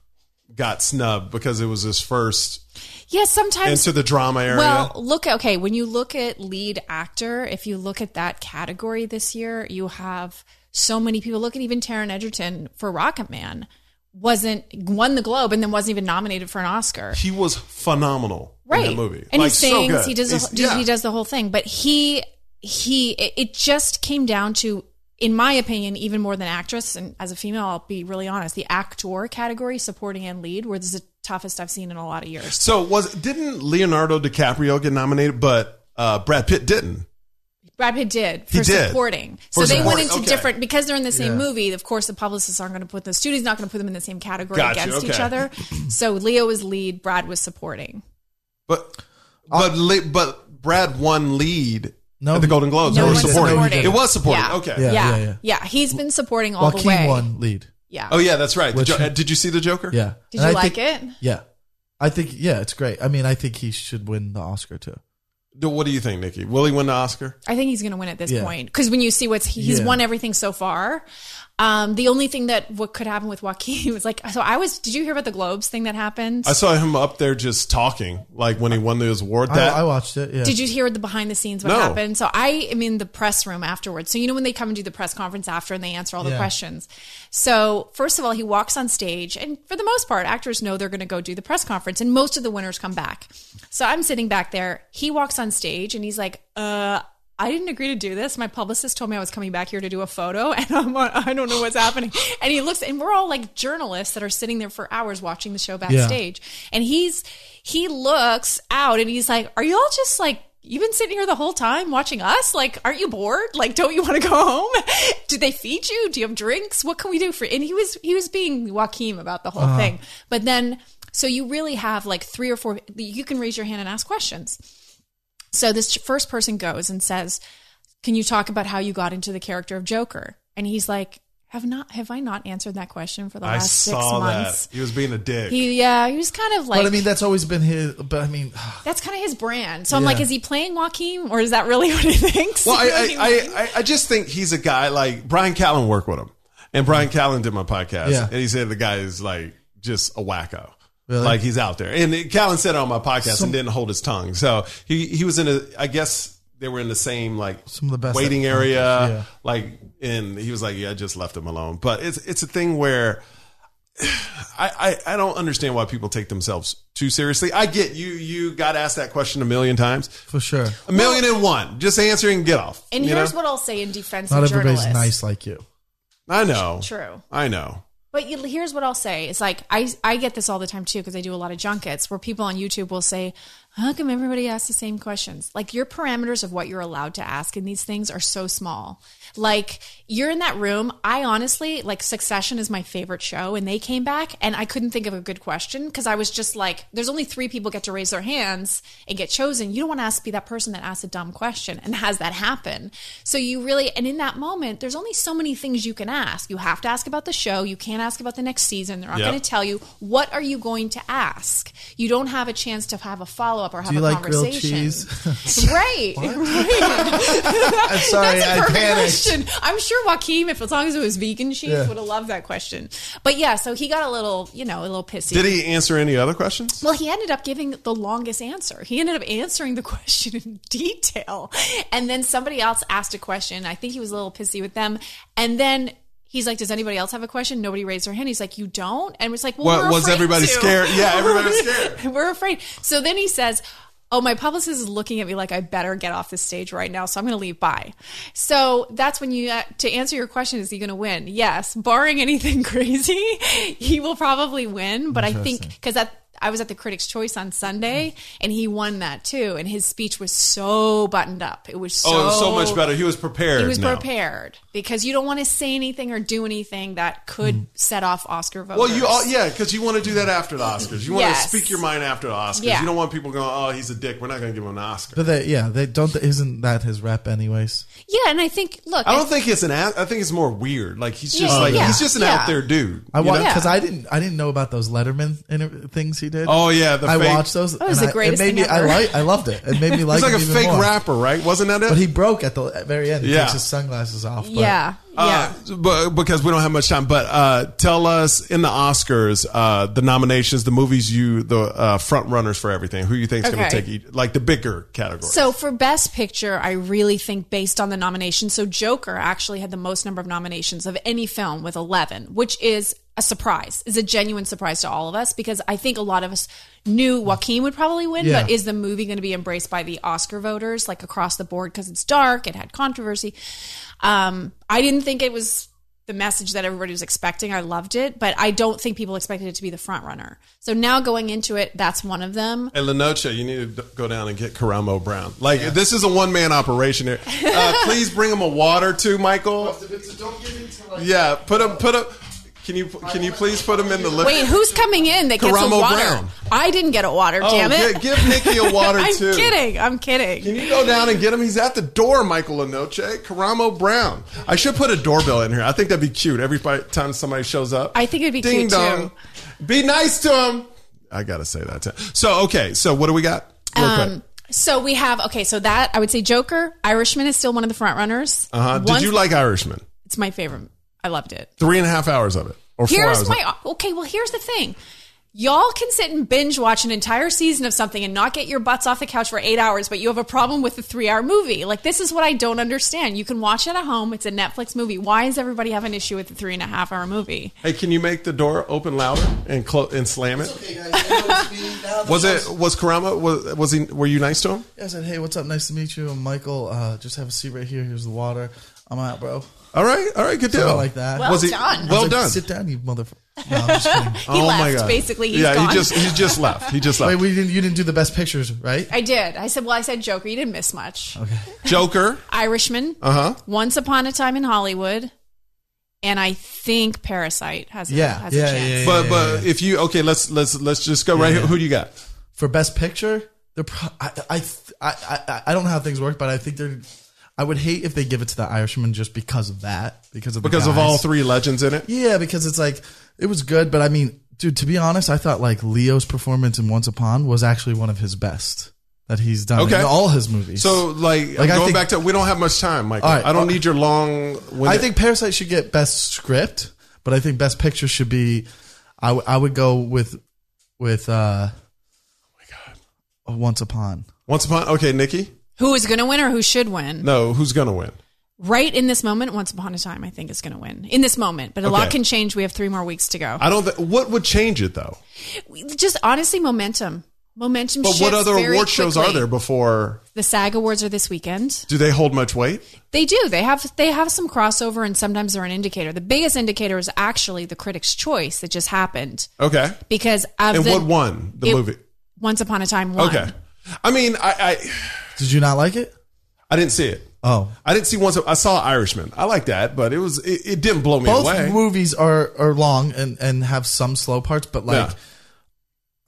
got snubbed because it was his first
Yeah, sometimes
into the drama area?
Well, look, okay, when you look at lead actor, if you look at that category this year, you have so many people. Look at even Taryn Edgerton for Rocket Man wasn't won the Globe and then wasn't even nominated for an Oscar.
he was phenomenal
Right.
in the movie.
And
Like,
he
so
sings,
good.
he does
He's-
the, he does the whole thing, but he he it, it just came down to in my opinion, even more than actress, and as a female, I'll be really honest, the actor category, supporting and lead, where this is the toughest I've seen in a lot of years.
So was didn't Leonardo DiCaprio get nominated, but uh, Brad Pitt didn't?
Brad Pitt did
He
for
did.
supporting.
For
so they
support,
went into
okay.
different because they're in the same
Yeah.
movie. Of course, the publicists aren't going to put the studio's not going to put them in the same category
Gotcha,
against each
okay.
other. So Leo was lead, Brad was supporting.
But but Le- but Brad won lead
Uh, No,
at the Golden Globes.
no,
or
he didn't.
Oh, supporting.
No, he didn't.
It was supporting.
Yeah.
Okay.
Yeah.
Yeah,
Yeah,
yeah, yeah.
he's been supporting all the way.
Joaquin won lead.
Yeah.
Oh yeah, that's right. The
Which-
jo- uh, did you see the Joker?
Yeah. And
Did you
I
like
think-
it?
Yeah. I think yeah, it's great. I mean, I think he should win the Oscar too.
Do- What do you think, Nikki? Will he win the Oscar?
I think he's going to win at this
Yeah.
point because when you see what's he's
Yeah.
won everything so far. Um, the only thing that what could happen with Joaquin was like so I was. Did you hear about the Globes thing that happened?
I saw him up there just talking, like when he won the award. That
I, I watched it. Yeah.
Did you hear the behind the scenes what
No.
happened? So I am in the press room afterwards. So you know when they come and do the press conference after and they answer all the
Yeah.
questions. So first of all, he walks on stage, and for the most part, actors know they're going to go do the press conference, and most of the winners come back. So I'm sitting back there. He walks on stage, and he's like, "Uh." I didn't agree to do this. My publicist told me I was coming back here to do a photo, and I'm on, I don't know what's happening. And he looks, and we're all like journalists that are sitting there for hours watching the show backstage. And he's he looks out, and he's like, "Are you all just like you've been sitting here the whole time watching us? Like, aren't you bored? Like, don't you want to go home? Did they feed you? Do you have drinks? What can we do for?" you?" And he was he was being Joaquin about the whole
Uh-huh.
thing, but then. So you really have like three or four. You can raise your hand and ask questions. So this first person goes and says, "Can you talk about how you got into the character of Joker?" And he's like, "Have not have I not answered that question for the
I
last six
saw
months?"
that he was being a dick.
He yeah, he was kind of like
but I mean, that's always been his. But I mean,
that's kind of his brand. So I'm
Yeah.
like, is he playing Joaquin or is that really what he thinks?
Well,
You know what
I,
mean?
I, I, I just think he's a guy like Brian Callen worked with him, and Brian Callen did my podcast,
Mm. Yeah.
and he said the guy is like just a wacko.
Really?
Like he's out there, and it- Callen said it on my podcast
Some-
and didn't hold his tongue. So he he was in a. I guess they were in the same like
Some of the best
waiting
actors,
area,
yeah.
like, and he was like, "Yeah, I just left him alone." But it's it's a thing where I, I, I don't understand why people take themselves too seriously. I get you you got asked that question a million times,
for sure,
a million and one. Just answer and get off.
and
you
here's
know?
what I'll say in defense
not
of
everybody's
journalists.
nice like you.
I know.
True.
I know.
But you, here's what I'll say: It's like I I get this all the time too because I do a lot of junkets where people on YouTube will say, "How come everybody asks the same questions?" Like your parameters of what you're allowed to ask in these things are so small. Like you're in that room. I honestly like Succession is my favorite show, and they came back and I couldn't think of a good question because I was just like, "There's only three people get to raise their hands and get chosen. You don't want to ask be that person that asks a dumb question and has that happen." So you really and in that moment, there's only so many things you can ask. You have to ask about the show. You can't ask about the next season. They're not
Yep.
going to tell you what are you going to ask. You don't have a chance to have a follow up or have
you
a
like grilled
conversation. right.
I'm sorry,
That's a
I
perfect
panicked.
question. I'm sure Joaquin, if as long as it was vegan cheese,
Yeah.
would have loved that question. But yeah, so he got a little, you know, a little pissy.
Did he answer any other questions?
Well, he ended up giving the longest answer. He ended up answering the question in detail. And then somebody else asked a question. I think he was a little pissy with them. And then he's like, Does anybody else have a question? Nobody raised their hand. He's like, You don't? And it's like, Well,
What-
we're
was
afraid
everybody
to."
scared? Yeah, everybody was scared.
we're afraid. So then he says, Oh, my publicist is looking at me like I better get off the stage right now, so I'm going to leave. Bye. So that's when you uh, to answer your question: Is he going to win? Yes, barring anything crazy, he will probably win. But I think because that. I was at the Critics' Choice on Sunday, and he won that too. And his speech was so buttoned up; it was so
oh, it was so much better. He was prepared.
He was
now.
prepared because you don't want to say anything or do anything that could set off Oscar voters.
Hmm. Well, you all, yeah, because you want to do that after the Oscars. You want
Yes.
to speak your mind after the Oscars.
Yeah.
You don't want people going, "Oh, he's a dick. We're not going to give him an Oscar."
But they, yeah, they don't. Isn't that his rep, anyways?
yeah. And I think, look,
I don't think it's an. a- I think it's more weird. Like he's just
Yeah,
like
yeah,
he's just an
yeah.
out there dude.
I
you know?
watched
Yeah.
because I didn't. I didn't know about those Letterman inter- things he did.
Oh, yeah, the
I
fake-
watched those. That
was the greatest
it made
thing
me, I
ever.
like. I loved it. It made me like.
He's like
him
a
even
fake
more.
rapper, right? Wasn't that it?
But he broke at the very end. He
Yeah.
takes his sunglasses off. but-
yeah, yeah.
Uh, but because we don't have much time, but uh, tell us in the Oscars uh, the nominations, the movies you the uh, front runners for everything. Who you think is going to
Okay.
take each, like the bigger category?
So for Best Picture, I really think based on the nominations, so Joker actually had the most number of nominations of any film with 11, which is a surprise, is a genuine surprise to all of us because I think a lot of us knew Joaquin would probably win,
Yeah.
but is the movie going to be embraced by the Oscar voters like across the board because it's dark, it had controversy. Um, I didn't think it was the message that everybody was expecting. I loved it, but I don't think people expected it to be the front runner. So now going into it, that's one of them.
And Lenocha, you need to d- go down and get Karamo Brown. Like this is a one man operation here. Uh, please bring him a water too, Michael. Yeah, put him, put him. Can you can you please put him in the lift?
Wait, who's coming in that gets
Karamo
a water?
Brown.
I didn't get a water,
Oh,
damn it.
gi- give Nikki a water
I'm
too.
kidding. I'm
Can
kidding.
you go down and get him? He's at the door, Michael Lenoche. Karamo Brown. I should put a doorbell in here. I think that'd be cute. Every fi- time somebody shows up,
I think it'd be cute,
too. Be nice to him. I gotta say that. Too. So okay, so what do we got? Real quick.
Um, So we have okay, so that I would say Joker, Irishman is still one of the front runners.
Uh-huh. Did
Once-
you like Irishman?
It's my favorite. I loved it.
Three and a half hours of it, or four
Here's
hours. of it.
my okay. Well, here's the thing. Y'all can sit and binge watch an entire season of something and not get your butts off the couch for eight hours, but you have a problem with a three hour movie. Like, this is what I don't understand. You can watch it at home. It's a Netflix movie. Why does everybody have an issue with a three and a half hour movie?
Hey, can you make the door open louder and clo- and slam it? Was it was Karama? Was, was he? Were you nice to him?
I said, "Hey, what's up? Nice to meet you, I'm Michael. Uh, just have a seat right here. Here's the water. I'm out, bro."
All right, all right, good deal.
Something like that.
Well
was he,
done.
I
Well
was like,
done.
Sit down, you motherfucker. No, I'm just kidding.
He
oh my
left.
god.
Basically, he's
yeah,
gone.
he just he just left. He just
Wait,
left.
we didn't. You didn't do the best pictures, right?
I did. I said, well, I said Joker. You didn't miss much.
Joker.
Irishman.
Uh-huh.
Uh huh. Once Upon a Time in Hollywood, and I think Parasite has a,
Yeah,
has
yeah,
a chance.
yeah, yeah.
But but if you okay, let's let's let's just go right here. Who do you got?
for best picture, they're pro- I, I, th- I I I don't know how things work, but I think they're. I would hate if they give it to the Irishman just because of that, because of the
Because of all
guys.
three legends in it.
Yeah, because it's like it was good, but I mean, dude, to be honest, I thought like Leo's performance in Once Upon was actually one of his best that he's done
Okay.
in all his movies.
So like,
Like, I
going
think-
back to we don't have much time, Michael.
All right.
I don't need your long.
I think Parasite should get best script, but I think best picture should be. I w- I would go with with uh, oh my god, Once Upon.
once upon okay, Nikki.
Who is going to win or who should win?
No, who's gonna win?
Right in this moment, Once Upon a Time, I think is going to win in this moment. But a lot
Okay.
can change. We have three more weeks to go.
I don't. Th- what would change it though?
Just honestly, momentum. Momentum
But
shifts
what other
very
award shows are
quickly.
there before?
The SAG Awards are this weekend.
Do they hold much weight?
They do. They have they have some crossover and sometimes they're an indicator. The biggest indicator is actually the Critics' Choice that just happened
Okay.
because of
And
the
what won the
it-
movie?
Once Upon a Time won.
Okay. I mean, I, I
Did you not like it?
I didn't see it.
Oh,
I didn't see once. I saw Irishman. I like that, but it was it, it didn't blow me
both
away.
movies are are long and and have some slow parts, but like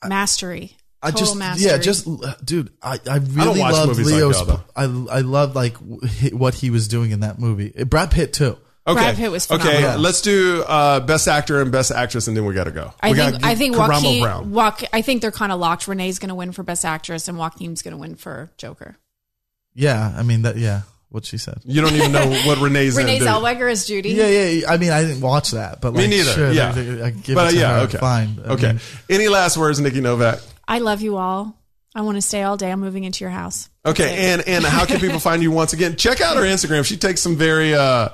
Yeah.
Mastery.
I
Total
just
mastery.
yeah, just dude, I I really
watch
loved
movies like
Leo's.
that, though.
I I love like wh- hi- what he was doing in that movie. Eh, Brad Pitt too.
Okay.
Brad Pitt was
okay.
phenomenal.
Let's do uh, best actor and best actress, and then we gotta go.
I
we
think
gotta
I
do
think
Karamo
Joaquin,
Brown.
Joaqu- I think they're kind of locked. Renee's going to win for Best Actress and Joaquin's going to win for Joker.
Yeah, I mean that. Yeah, what she said.
You don't even know what Renee's in.
Renee
do you?
Zellweger is Judy.
Yeah, yeah. yeah. I mean, I didn't watch that, but
Me
like,
neither.
Sure,
yeah.
they- they- I give
but
it to
yeah.
her,
Okay.
Fine. I
okay.
mean,
Any last words, Nikki Novak?
I love you all. I want to stay all day. I'm moving into your house.
Okay, and and how can people find you once again? Check out her Instagram. She takes some very uh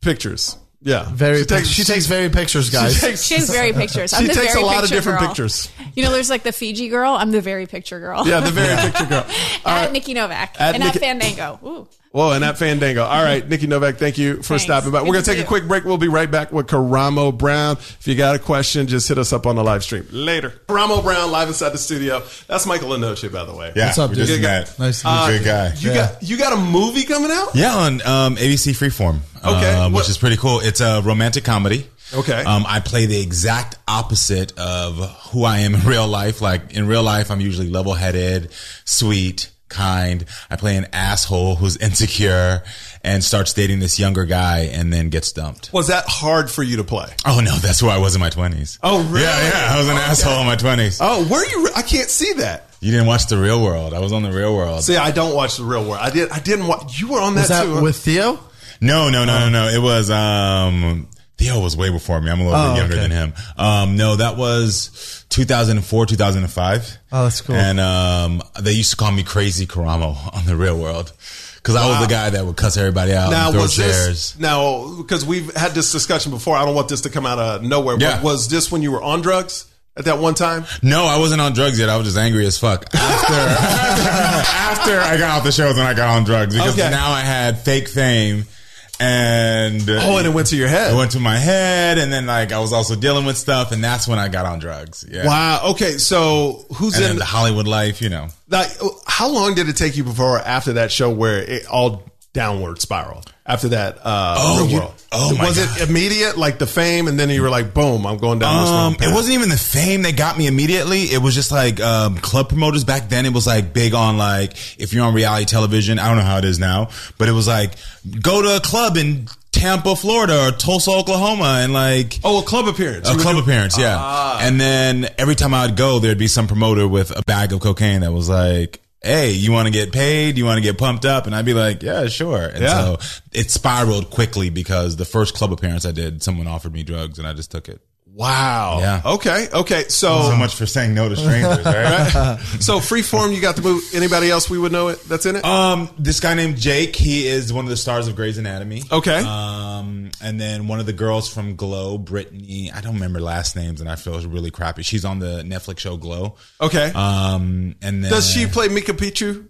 pictures. Yeah,
very.
She takes,
pic- she takes very pictures,
she
guys.
takes,
She's very pictures. I'm
she
the
takes a
very
lot of
picture
different
girl.
pictures.
You know, there's like the Fiji girl. I'm the very picture girl.
Yeah, the very picture girl.
at Nikki Novak
At
and
Nikki-
at Fandango. Ooh.
Whoa, and at Fandango. All right, Nikki Novak, thank you for
Thanks.
stopping by. We're
Good
gonna
to
take
see
a
you.
quick break. We'll be right back with Karamo Brown. If you got a question, just hit us up on the live stream later. Karamo Brown live inside the studio. That's Michael Inoche, by the way.
Yeah,
What's up,
we
dude?
just
Good
met.
guy. Nice to
He's a
meet
Great guy.
You got you got a movie coming out?
Yeah, on um, ABC Freeform,
Okay,
um,
what-
which is pretty cool. It's a romantic comedy.
Okay.
Um, I play the exact opposite of who I am in real life. Like in real life, I'm usually level headed, sweet, kind. I play an asshole who's insecure and starts dating this younger guy and then gets dumped.
Was that hard for you to play?
Oh no, that's who I was in my twenties.
Oh, really?
Yeah, yeah. I was an asshole in my twenties.
Oh, where you? re- I can't see that.
You didn't watch the real world. I was on the real world.
See, I don't watch the real world. I did. I didn't watch. You were on that,
Was that
too. huh?
with Theo?
No, no, no, no,
Oh.
no. It was um Theo was way before me. I'm a little
Oh,
bit younger
okay.
than him. Um no, that was 2004, 2005.
Oh, that's cool.
And um they used to call me Crazy Karamo on the real world cuz I was the guy that would cuss everybody out
now
and throw
was
chairs.
this now because we've had this discussion before? I don't want this to come out of nowhere. but
Yeah.
was this when you were on drugs at that one time?
No, I wasn't on drugs yet. I was just angry as fuck. After after, I got off the shows and I got on drugs because
Okay.
now I had fake fame and
Oh, and it went to your head.
it went to my head and then like I was also dealing with stuff and that's when I got on drugs. Yeah.
Wow. Okay. So who's
and then
in?
the Hollywood life, you know.
like, how long did it take you before or after that show where it all downward spiral after that? Uh,
Oh,
real
you-
world.
oh my
was
God.
it immediate like the fame, and then you were like, boom, I'm going down this wrong
Um,
path.
it wasn't even the fame that got me immediately. It was just like um, club promoters back then. It was like big on like if you're on reality television. I don't know how it is now, but it was like go to a club in Tampa, Florida, or Tulsa, Oklahoma, and like
Oh, a club appearance.
a
You were
club
doing-
appearance. Yeah, and then every time I'd go, there'd be some promoter with a bag of cocaine that was like. Hey, you want to get paid? You want to get pumped up? And I'd be like, yeah, sure. And
Yeah.
so it spiraled quickly because the first club appearance I did, someone offered me drugs and I just took it.
Wow.
Yeah.
Okay. Okay.
Oh, so much for saying no to strangers, right?
So Freeform, you got the movie. Anybody else we would know it that's in it?
um, this guy named Jake, he is one of the stars of Grey's Anatomy.
Okay.
Um, and then one of the girls from Glow, Brittany, I don't remember last names, and I feel really crappy. She's on the Netflix show Glow.
okay.
Um, and then
Does she play Mika Pichu?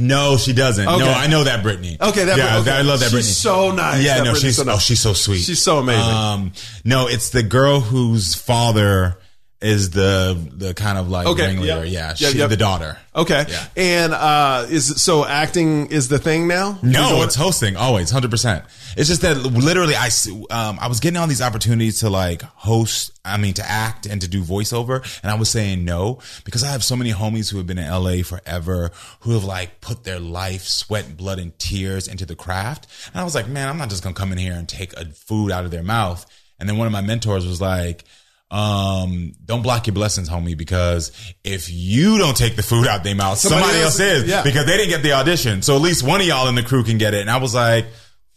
No, she doesn't.
Okay.
No, I know that Brittany.
Okay, that
yeah,
Brit- okay.
I love that
She's
Brittany.
so nice.
Yeah,
That
no,
Britney's
she's
so nice.
oh, she's so sweet.
She's so amazing.
Um, no, it's the girl whose father is the the kind of like
Okay,
ringleader.
yep.
Yeah,
Yep,
she's
yep.
the daughter.
Okay.
Yeah.
And uh is it- so acting is the thing now? You're
No,
doing
it's
it?
hosting always, hundred percent. It's just that literally, I s- um, I was getting all these opportunities to like host. I mean, to act and to do voiceover, and I was saying no because I have so many homies who have been in LA forever who have like put their life, sweat, blood, and tears into the craft. And I was like, man, I'm not just gonna come in here and take a food out of their mouth. And then one of my mentors was like. Um, don't block your blessings, homie, because if you don't take the food out their mouth, somebody,
Somebody
else,
else-
is.
yeah.
Because because they didn't get the audition. So at least one of y'all in the crew can get it. And I was like,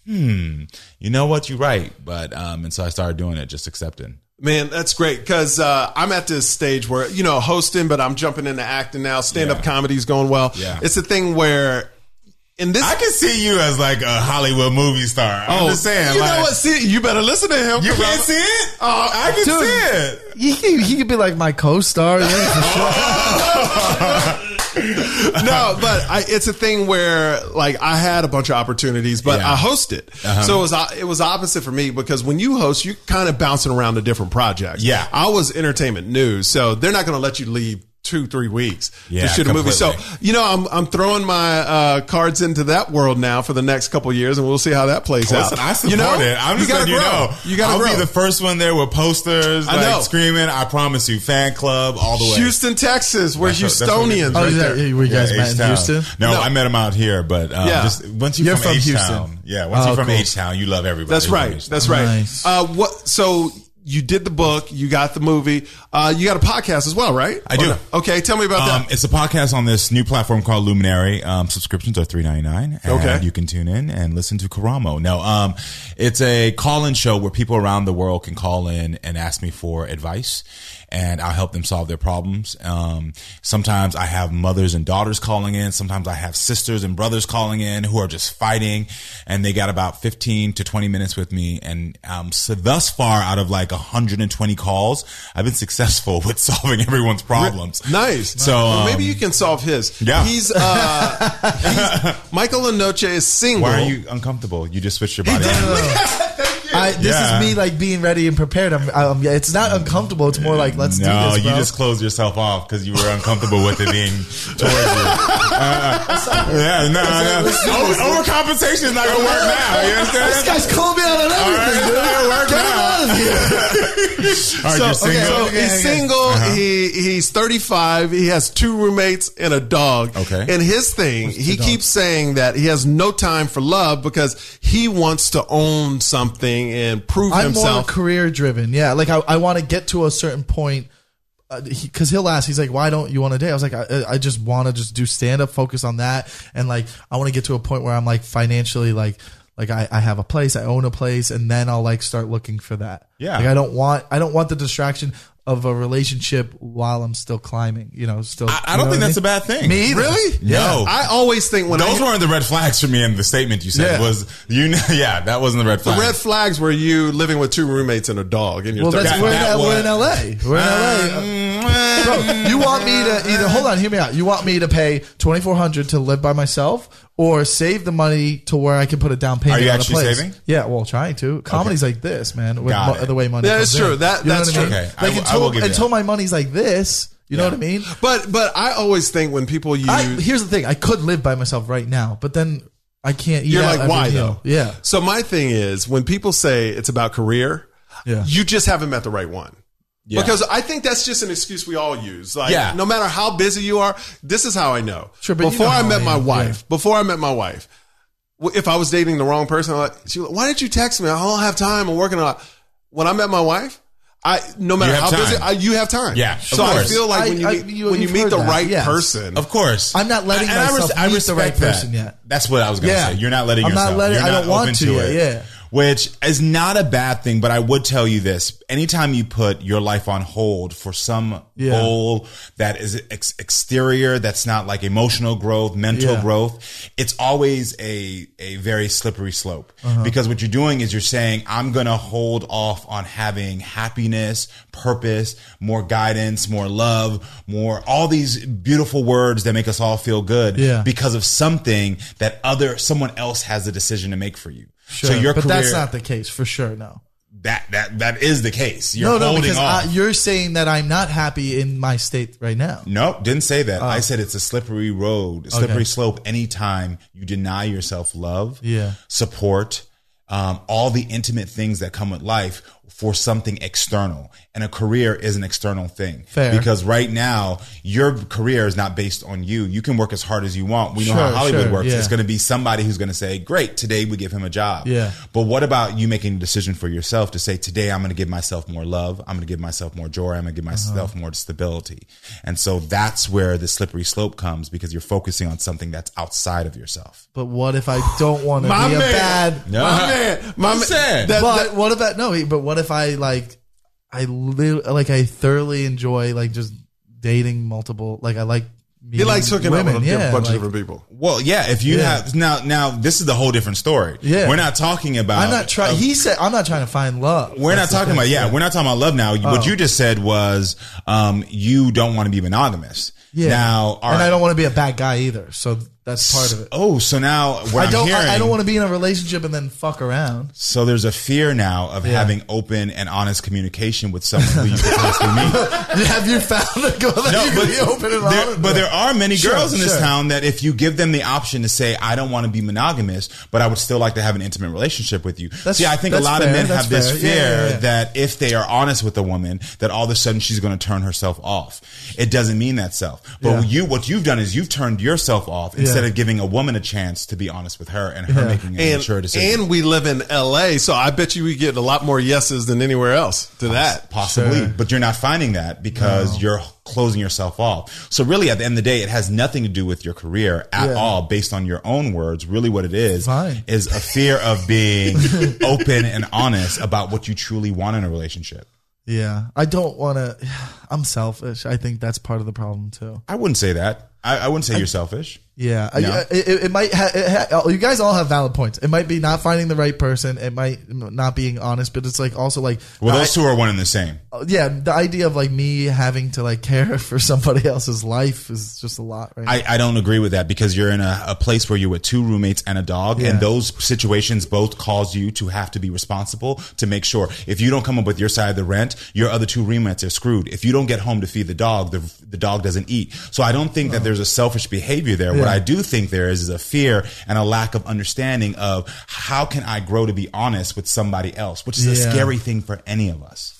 hmm, you know what? You're right. But, um, and so I started doing it, just accepting.
Man, that's great because uh, I'm at this stage where you know hosting, but I'm jumping into acting now. Stand up comedy's going well.
Yeah.
It's a thing where in this
I can see you as like a Hollywood movie star. I'm just saying.
Oh. you
like,
know what? See, you better listen to him. uh,
You can't see it? Oh, I
Dude.
can see it.
He could, he could be like my co-star. yeah, for sure.
no, but I, it's a thing where like I had a bunch of opportunities, but
Yeah. Uh-huh.
I hosted, so it was it was opposite for me because when you host, you kind of bouncing around to different projects.
Yeah.
I was entertainment news, so they're not going to let you leave two three weeks
Yeah,
to shoot a movie. So
completely.
you know, I'm I'm throwing my uh, cards into that world now for the next couple years, and we'll see how that plays
Listen,
out.
I support
you know,
it. I'm just
gotta
letting you
grow.
know.
You got
I'll
to grow.
be the first one there with posters,
I
like
know.
screaming. I promise you, fan club all the way.
Houston, Texas. We're
That's what- that's what it is.
Houstonians.
Oh,
right
is that-
there.
yeah, were you guys
Yeah,
met in
H-Town.
Houston?
No,
No.
I met him out here, but um,
Yeah.
just once you're,
You're
from,
from
H-Town,
Houston.
yeah, once
Oh,
you're from
cool.
H-Town, you love everybody.
That's
who's from
right.
H-Town.
That's right.
Nice.
Uh, what? So you did the book, you got the movie, uh, you got a podcast as well, right?
I do.
Or no? Okay, tell me about
Um,
that.
it's a podcast on this new platform called Luminary. Um, subscriptions are three ninety nine.
Okay.
you can tune in and listen to Karamo. No, um, it's a call in show where people around the world can call in and ask me for advice, and I'll help them solve their problems. Um, sometimes I have mothers and daughters calling in. Sometimes I have sisters and brothers calling in who are just fighting, and they got about fifteen to twenty minutes with me. And um, so thus far, out of like hundred and twenty calls, I've been successful with solving everyone's problems.
Nice.
So
Well,
um,
maybe you can solve his.
yeah.
He's, uh, he's Michael Lanoche is single.
Why are you uncomfortable? You just switched your body. out.
I, this
Yeah.
is me like being ready and prepared. I'm, I'm, yeah, it's not uncomfortable. It's more like let's
no,
do this,
you
bro.
just closed yourself off because you were uncomfortable with it being towards you. Uh, yeah, no, no. Over- overcompensation is not gonna work now. You
this
understand?
guy's calling me out on
All right,
everything,
it's not gonna work
dude. Get him
now.
out of here.
All right,
So,
you're single.
so
okay,
he's
okay.
single.
Uh-huh.
He he's 35. He has two roommates and a dog.
Okay.
And his thing, he keeps saying that he has no time for love because he wants to own something and prove
I'm more
himself.
career driven. Yeah, like I, I want to get to a certain point. Because he, will ask, he's like, "Why don't you want to date?" I was like, "I, I just want to just do stand up, focus on that, and like I want to get to a point where I'm like financially like like I, I have a place, I own a place, and then I'll like start looking for that.
Yeah.
like I don't want I don't want the distraction of a relationship while I'm still climbing. You know, still.
I, I don't think that's a bad thing.
Me either.
Really?
No.
I always think when I
Those weren't the red flags for me in the statement you
Yeah.
said. Was you? kn- Yeah, that wasn't the red
The
flag.
red flags were you living with two roommates and a dog in your
Well,
third
that's
That-
we're, in, we're
that was- Ah.
in LA. We're in LA.
Mm, eh.
Bro, you want me to either hold on, hear me out. You want me to pay twenty four hundred to live by myself, or save the money to where I can put a down payment.
Are you
on a
actually
place.
saving?
Yeah, well, trying to. Comedy's like this, man. With
Got
mo-
it.
the way money.
That
comes
is true.
in.
That-
You know
that's
what I mean?
true. Okay, I
Like
will- I
until,
will give you
until
that.
my money's like this, you know
Yeah.
what I mean?
But but I always think when people use
I, here's the thing: I could live by myself right now, but then I can't. Eat
you're
out
like
every
why
meal.
though?
Yeah.
So my thing is when people say it's about career,
Yeah.
you just haven't met the right one.
Yeah.
Because I think that's just an excuse we all use. Like
Yeah.
no matter how busy you are, this is how I know.
Sure, but you
before
know
I
how
met
I
my
am.
wife, before I met my wife, w- if I was dating the wrong person, I'm like, she, was like, why didn't you text me? I don't have time. I'm working a lot. When I met my wife, I no matter
You have
how busy
time.
I, you have time.
Yeah, of
So I
course.
feel like
I-
when you
I-
meet,
you-
when you
you've
meet
heard
the
that,
right
yes.
person,
Of course,
I'm not letting
I
myself
res- I
meet the
respect
right
that.
person yet.
That's what I was gonna
Yeah.
say. You're not letting
I'm not
yourself.
letting-
You're
I
not
don't want
open
to yet,
it.
yeah.
Which is not a bad thing, but I would tell you this: anytime you put your life on hold for some
Yeah.
goal that is ex- exterior, that's not like emotional growth, mental
Yeah.
growth, it's always a a very slippery slope.
Uh-huh.
Because what you're doing is you're saying, "I'm gonna hold off on having happiness, purpose, more guidance, more love, more all these beautiful words that make us all feel good."
Yeah.
because of something that other someone else has the decision to make for you. So your
but
career
that's not the case for sure. No.
that that that is the case. You're
no, no,
holding
because
off.
I, you're saying that I'm not happy in my state right now.
no, didn't say that. I said it's a slippery road, a slippery
Oh. Okay.
slope. Anytime you deny yourself love,
Yeah.
support, um, all the intimate things that come with life for something external, and a career is an external thing.
Fair.
Because right now your career is not based on you. You can work as hard as you want. We know how
Sure,
Hollywood
sure,
works.
yeah.
It's going to be somebody who's going to say, "Great, today we give him a job."
Yeah.
But what about you making a decision for yourself to say, today I'm going to give myself more love. I'm going to give myself more joy. I'm going to
Uh-huh.
give myself more stability. And so that's where the slippery slope comes because you're focusing on something that's outside of yourself.
But what if I don't want to be
My man.
a bad?
my man, my
I'm
man,
saying.
that-
but
that-
what if I no? But what if I like I li- like I thoroughly enjoy like just dating multiple. Like I like
He likes hooking
women,
up with a
yeah,
bunch of
like-
different people.
Well, yeah. If you
Yeah.
have now, now this is the whole different story.
Yeah.
we're not talking about.
I'm not
uh,
trying. He said, "I'm not trying to find love."
We're
That's
not
the thing.
talking
Oh.
about yeah. We're not talking about love now. What you just said was um, you don't want to be monogamous.
Yeah.
Now, all
and
right.
I don't want to be a bad guy either. So that's part of it.
Oh, so now what
I
I'm
don't.
hearing,
I, I don't want to be in a relationship and then fuck around.
So there's a fear now of having open and honest communication with someone who you potentially meet.
Have you found a girl that you can be open and
there,
honest
but
with?
there are many
Sure,
girls in this
sure.
town that if you give them the option to say, I don't want to be monogamous, but I would still like to have an intimate relationship with you.
That's-
See, I think a
that's
lot of
fair,
men
that's
have this
fair.
fear
Yeah, yeah, yeah.
that if they are honest with a woman, that all of a sudden she's going to turn herself off. It doesn't mean that self. But
Yeah.
you, what you've done is you've turned yourself off instead
Yeah.
of giving a woman a chance to be honest with her and her making a
And,
mature decision.
and we live in LA, so I bet you we get a lot more yeses than anywhere else to that.
possibly
Sure.
but you're not finding that because you're closing yourself off so really at the end of the day it has nothing to do with your career at
Yeah.
all based on your own words really what it is
Fine.
is a fear of being open and honest about what you truly want in a relationship
yeah, I don't want to. I'm selfish. I think that's part of the problem too.
i wouldn't say that i, I wouldn't say you're selfish
Yeah, I-
No.
I- it, it, might. Ha- it ha- oh, you guys all have valid points. It might be not finding the right person. It might not being honest, but it's like also like
well
the
those two are one and the same
i- yeah, the idea of like me having to like care for somebody else's life is just a lot, right?
I, I don't agree with that because you're in a, a place where you're with two roommates and a dog,
Yeah.
and those situations both cause you to have to be responsible to make sure if you don't come up with your side of the rent, your other two roommates are screwed. If you don't get home to feed the dog, the, the dog doesn't eat. So I don't think that there's a selfish behavior there. What
Oh. Yeah.
I do think there is is a fear and a lack of understanding of how can I grow to be honest with somebody else, which is a
Yeah.
scary thing for any of us.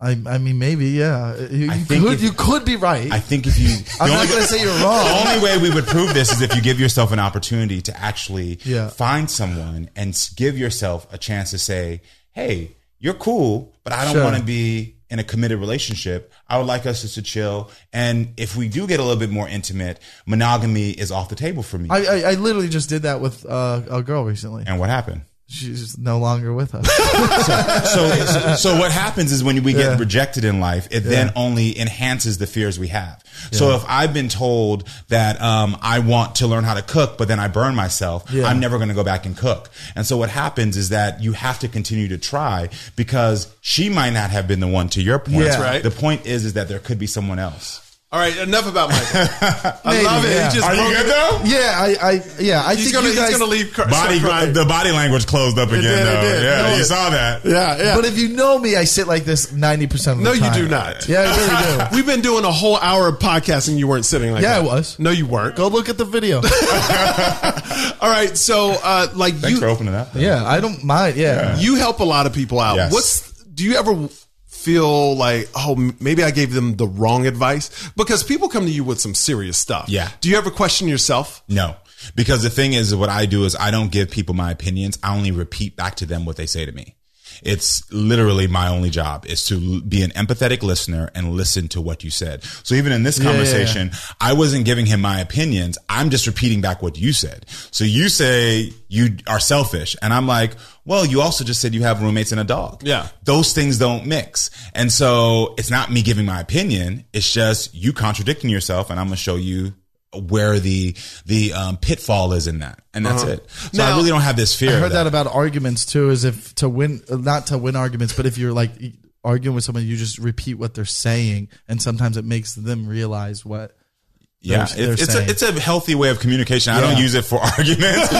I, I, mean, maybe yeah. You,
I
you
think
could
if-
you could be right.
I think if you,
I'm
the
not
only-
gonna say you're
The
wrong.
only way we would prove this is if you give yourself an opportunity to actually
Yeah.
find someone and s- give yourself a chance to say, "Hey, you're cool, but I don't
Sure.
want to be in a committed relationship. I would like us just to chill. And if we do get a little bit more intimate, monogamy is off the table for me."
I, I, I literally just did that with uh, a girl recently.
and what happened?
She's just no longer with us.
So, so, so what happens is when we get rejected in life, it then only enhances the fears we have. So if I've been told that um, I want to learn how to cook, but then I burn myself,
Yeah.
I'm never going to go back and cook. And so what happens is that you have to continue to try because she might not have been the one. To your point,
Yeah. That's right.
The point is, is that there could be someone else.
All right, enough about Michael. I love it.
Maybe, yeah.
He just
Are you
broke
good
it.
though?
yeah, I, I yeah, I
He's
think
gonna
you guys.
he's gonna leave. Car-
Body, the body language closed up again.
did, it
though.
did.
Yeah,
No,
you
it-
saw that.
yeah, yeah.
But if you know me, I sit like this ninety percent of
no,
the
you
time.
do not.
Yeah, I really do.
We've been doing a whole hour of podcasting. You weren't sitting like
Yeah,
that.
I was.
No, you weren't.
Go look at the video.
All right, so uh, like
Thanks
you,
for opening up.
yeah, I don't mind. Yeah.
you help a lot of people out.
Yes.
What's do you ever feel like oh m- maybe I gave them the wrong advice because people come to you with some serious stuff.
Yeah.
Do you ever question yourself?
No. Because the thing is, what I do is I don't give people my opinions. I only repeat back to them what they say to me. It's literally my only job is to l- be an empathetic listener and listen to what you said. So even in this
yeah, yeah.
conversation, I wasn't giving him my opinions. I'm just repeating back what you said. So you say you are selfish. And I'm like, well, you also just said you have roommates and a dog.
Yeah.
Those things don't mix. And so it's not me giving my opinion. It's just you contradicting yourself. And I'm going to show you where the, the um, pitfall is in that. And that's it. So I
Now-
really don't have this fear.
Uh-huh. I
of
heard that
that.
about arguments too. Is if to win, not to win arguments, but if you're like arguing with someone, you just repeat what they're saying, and sometimes it makes them realize what. they're-
Yeah, it's,
they're
it's a
saying.
it's a healthy way of communication. I
Yeah.
don't use it for arguments.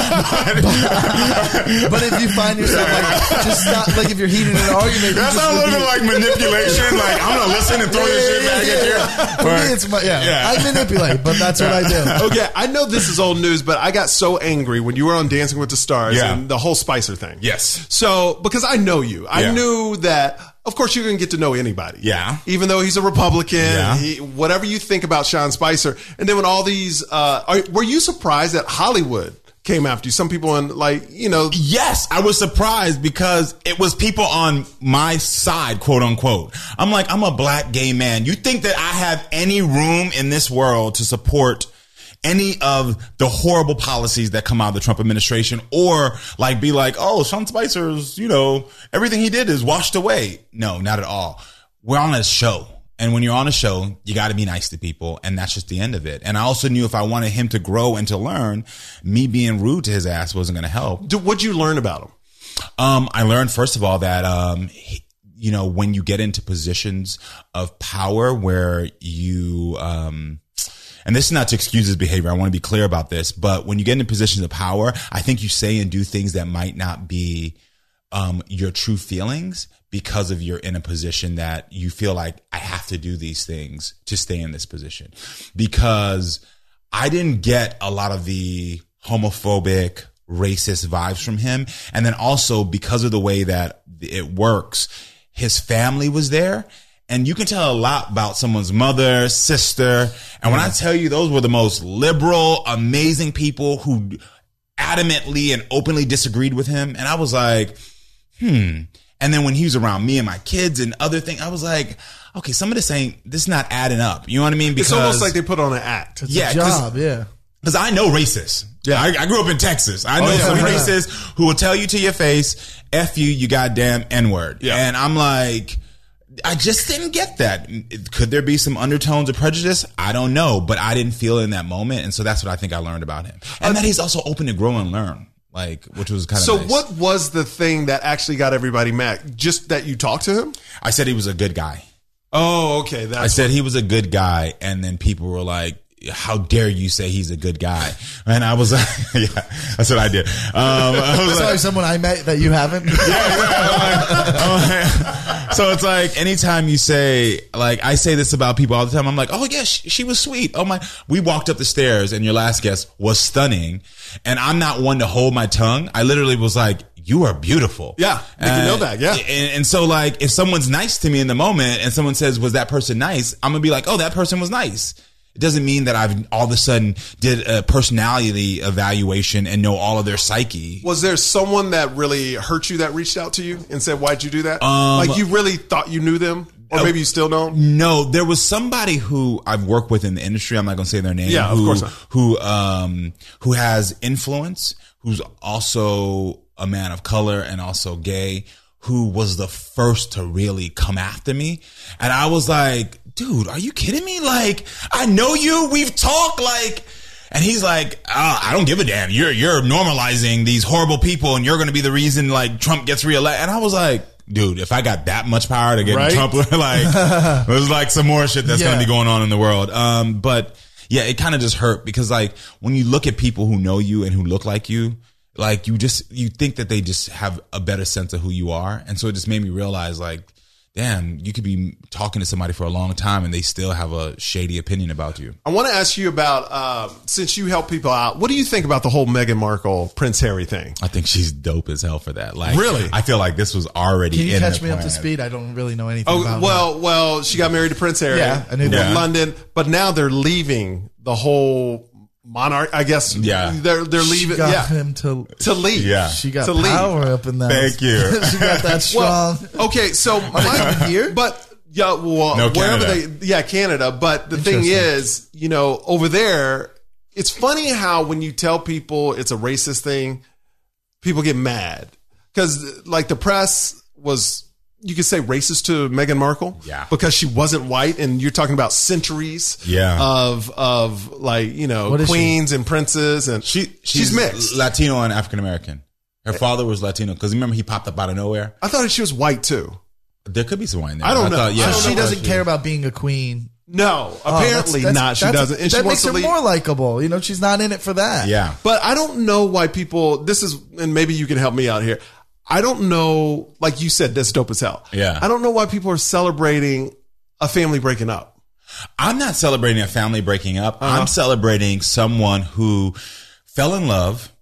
But if you find yourself like just not like if you're heated in an argument, you
That's
just
not a little
repeat-
bit like manipulation. Like I'm gonna listen and throw this shit back at you.
For me, it's my, yeah,
Yeah.
I manipulate, but that's what I do.
Okay, I know this is old news, but I got so angry when you were on Dancing with the Stars
Yeah.
and the whole Spicer thing.
Yes.
So because I know you, I
Yeah.
knew that. Of course, you're going to get to know anybody.
Yeah.
Even though he's a Republican,
Yeah.
he, whatever you think about Sean Spicer, and then when all these, uh, are, were you surprised that Hollywood came after you? Some people in like you know
Yes, I was surprised because it was people on my side, quote unquote. I'm like, I'm a black gay man. You think that I have any room in this world to support any of the horrible policies that come out of the Trump administration or like be like, oh, Sean Spicer's, you know, everything he did is washed away. No, not at all. We're on a show. And when you're on a show, you got to be nice to people, and that's just the end of it. And I also knew if I wanted him to grow and to learn, me being rude to his ass wasn't going to help.
Do- What'd you learn about him?
Um, I learned first of all that um, he- you know when you get into positions of power where you um, and this is not to excuse his behavior. I want to be clear about this, but when you get into positions of power, I think you say and do things that might not be um, your true feelings because of you're in a position that you feel like I have to do these things to stay in this position. Because I didn't get a lot of the homophobic, racist vibes from him. And then also because of the way that it works, his family was there. And you can tell a lot about someone's mother, sister. And when I tell you those were the most liberal, amazing people who adamantly and openly disagreed with him. And I was like, hmm. And then when he was around me and my kids and other things, I was like, okay, some of this ain't, this is not adding up. You know what I mean?
It's almost like they put on an act.
It's
Yeah,
a
'cause-
job. Yeah.
because I know racists. Yeah, I, I grew up in Texas. I know
Oh, yeah,
some
yeah.
racists who will tell you to your face, "F you, you goddamn N word."
Yeah.
and I'm like, I just didn't get that. Could there be some undertones of prejudice? I don't know, but I didn't feel it in that moment, and so that's what I think I learned about him, and that he's also open to grow and learn, like which was kind of
So
nice.
what was the thing that actually got everybody mad? Just that you talked to him?
I said, he was a good guy.
Oh, okay.
I
That's
said he was a good guy, and then people were like, "How dare you say he's a good guy?" And I was like, "Yeah, that's what I did." Um, I was like,
Sorry, someone I met that you haven't.
I'm like- so it's like anytime you say like I say this about people all the time. I'm like, oh yeah, she, she was sweet. Oh my, we walked up the stairs and your last guest was stunning. And I'm not one to hold my tongue. I literally was like, you are beautiful.
Yeah, they can know that, yeah.
and, and so like if someone's nice to me in the moment and someone says, was that person nice? I'm gonna be like, oh, that person was nice. It doesn't mean that I've all of a sudden did a personality evaluation and know all of their psyche.
was there someone that really hurt you that reached out to you and said, Why'd you do that?
Um,
like you really thought you knew them? Or maybe you still don't?
No, there was somebody who I've worked with in the industry. I'm not going to say their name.
Yeah, of
who,
course not.
Who um who has influence? Who's also a man of color and also gay? Who was the first to really come after me? And I was like, dude, are you kidding me? Like, I know you. We've talked. Like. And he's like, ah, I don't give a damn. You're you're normalizing these horrible people, and you're going to be the reason like Trump gets reelected. And I was like, dude, if I got that much power to get
Right?
Trump like there's like some more shit that's gonna
Yeah.
be going on in the world. Um, but yeah, it kind of just hurt because like when you look at people who know you and who look like you, like you just you think that they just have a better sense of who you are, and so it just made me realize like. Damn, you could be talking to somebody for a long time and they still have a shady opinion about you.
I want to ask you about um, since you help people out, what do you think about the whole Meghan Markle, Prince Harry thing?
I think she's dope as hell for that. Like,
Really?
I feel like this was already.
Can you
in
catch
the
me up to
plan.
speed? I don't really know anything
Oh
about
well, well, she got married to Prince Harry.
Yeah, I knew
in
that.
Yeah.
London, but now they're leaving the whole monarch. I guess.
Yeah.
they're they're
She
leaving.
got
Yeah,
him to.
to leave.
Yeah.
She got
to
power up in that.
Thank you.
she got that strong.
Well, okay, so my,
here?
but yeah, well,
No,
wherever
Canada.
they, yeah, Canada. But the thing
Interesting.
is, you know, over there, it's funny how when you tell people it's a racist thing, people get mad because like the press was. You could say racist to Meghan Markle,
Yeah.
because she wasn't white, and you're talking about centuries,
Yeah.
of of like you know
What is she?
queens and princes, and
She
she's, mixed. Eh.
Latino and African American. Her father was Latino because remember he popped up out of nowhere.
I thought she was white too.
There could be some wine there.
I don't know.
Thought, yeah,
I don't
So she
know.
doesn't care about being a queen.
No,
Oh, that's-
apparently
that's-
not. She
that's-
doesn't, and she
that makes
wants to
her
leave.
more likable. You know, she's not in it for that.
Yeah.
But I don't know why people. This is, and maybe you can help me out here. I don't know. Like you said, that's dope as hell.
Yeah.
I don't know why people are celebrating a family breaking up.
I'm not celebrating a family breaking up.
Uh-huh.
I'm celebrating someone who fell in love,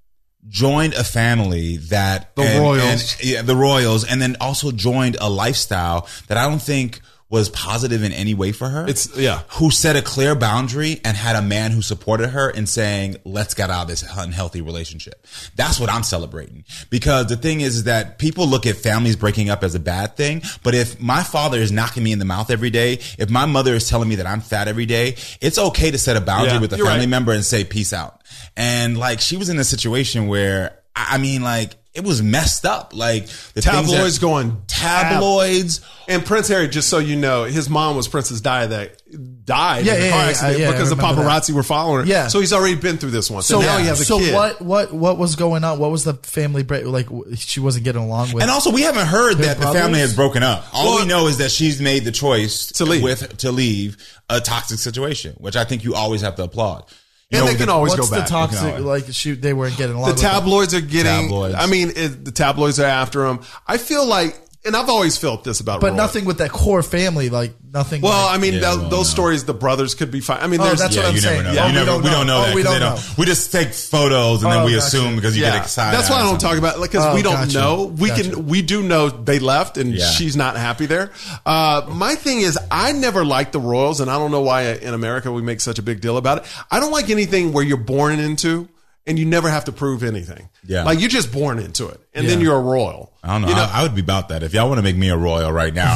joined a family that
The
and-
royals.
and- yeah, the royals, and then also joined a lifestyle that I don't think was positive in any way for her.
It's yeah.
who set a clear boundary and had a man who supported her in saying, let's get out of this unhealthy relationship. That's what I'm celebrating. Because the thing is, is that people look at families breaking up as a bad thing. But if my father is knocking me in the mouth every day, if my mother is telling me that I'm fat every day, it's okay to set a boundary
Yeah,
with a
you're
family
right.
member and say, peace out. And like, she was in a situation where, I I mean, like, it was messed up. Like the things that-
Tabloids going
tabloids.
And Prince Harry, just so you know, his mom was Prince's Di that died
Yeah,
in a
yeah,
car
yeah,
accident
yeah, I
because the
remember that.
paparazzi were following her.
Yeah.
So he's already been through this once. So
So
now he has a
so
kid.
what what what was going on? What was the family break? Like w- she wasn't getting along with.
And also, we haven't heard that the
brothers?
family has broken up. All we
Well-
know is that she's made the choice
To leave.
with to leave a toxic situation, which I think you always have to applaud. You
And
know,
they can
the-
always go
what's the
back.
toxic?
You know.
like she they weren't getting along.
the
with them.
tabloids are getting.
Tabloids.
I mean, it, the tabloids are after him. I feel like, and I've always felt this about,
but
Roy.
nothing with that core family. Like nothing.
Well,
like-
I mean,
Yeah,
tho-
well,
those
no.
stories, the brothers could be fine. I mean,
Oh,
there's
that's what
Yeah,
I'm
you
saying.
never know.
Oh, we
you never,
don't
we don't
know.
know
Oh,
that.
we
'cause
don't
they
know.
We just take photos and
Oh,
then we
gotcha.
assume because you get excited.
That's why I
or
don't talk
something.
about like because
Oh,
we don't
gotcha.
know. We
Gotcha.
can we do know they left and
Yeah.
she's not happy there. Uh, my thing is I never liked the Royals and I don't know why in America we make such a big deal about it. I don't like anything where you're born into and you never have to prove anything.
Yeah.
like you're just born into it and then you're a Royal.
I don't know.
You know,
I, I would be about that. If y'all want to make me a royal right now,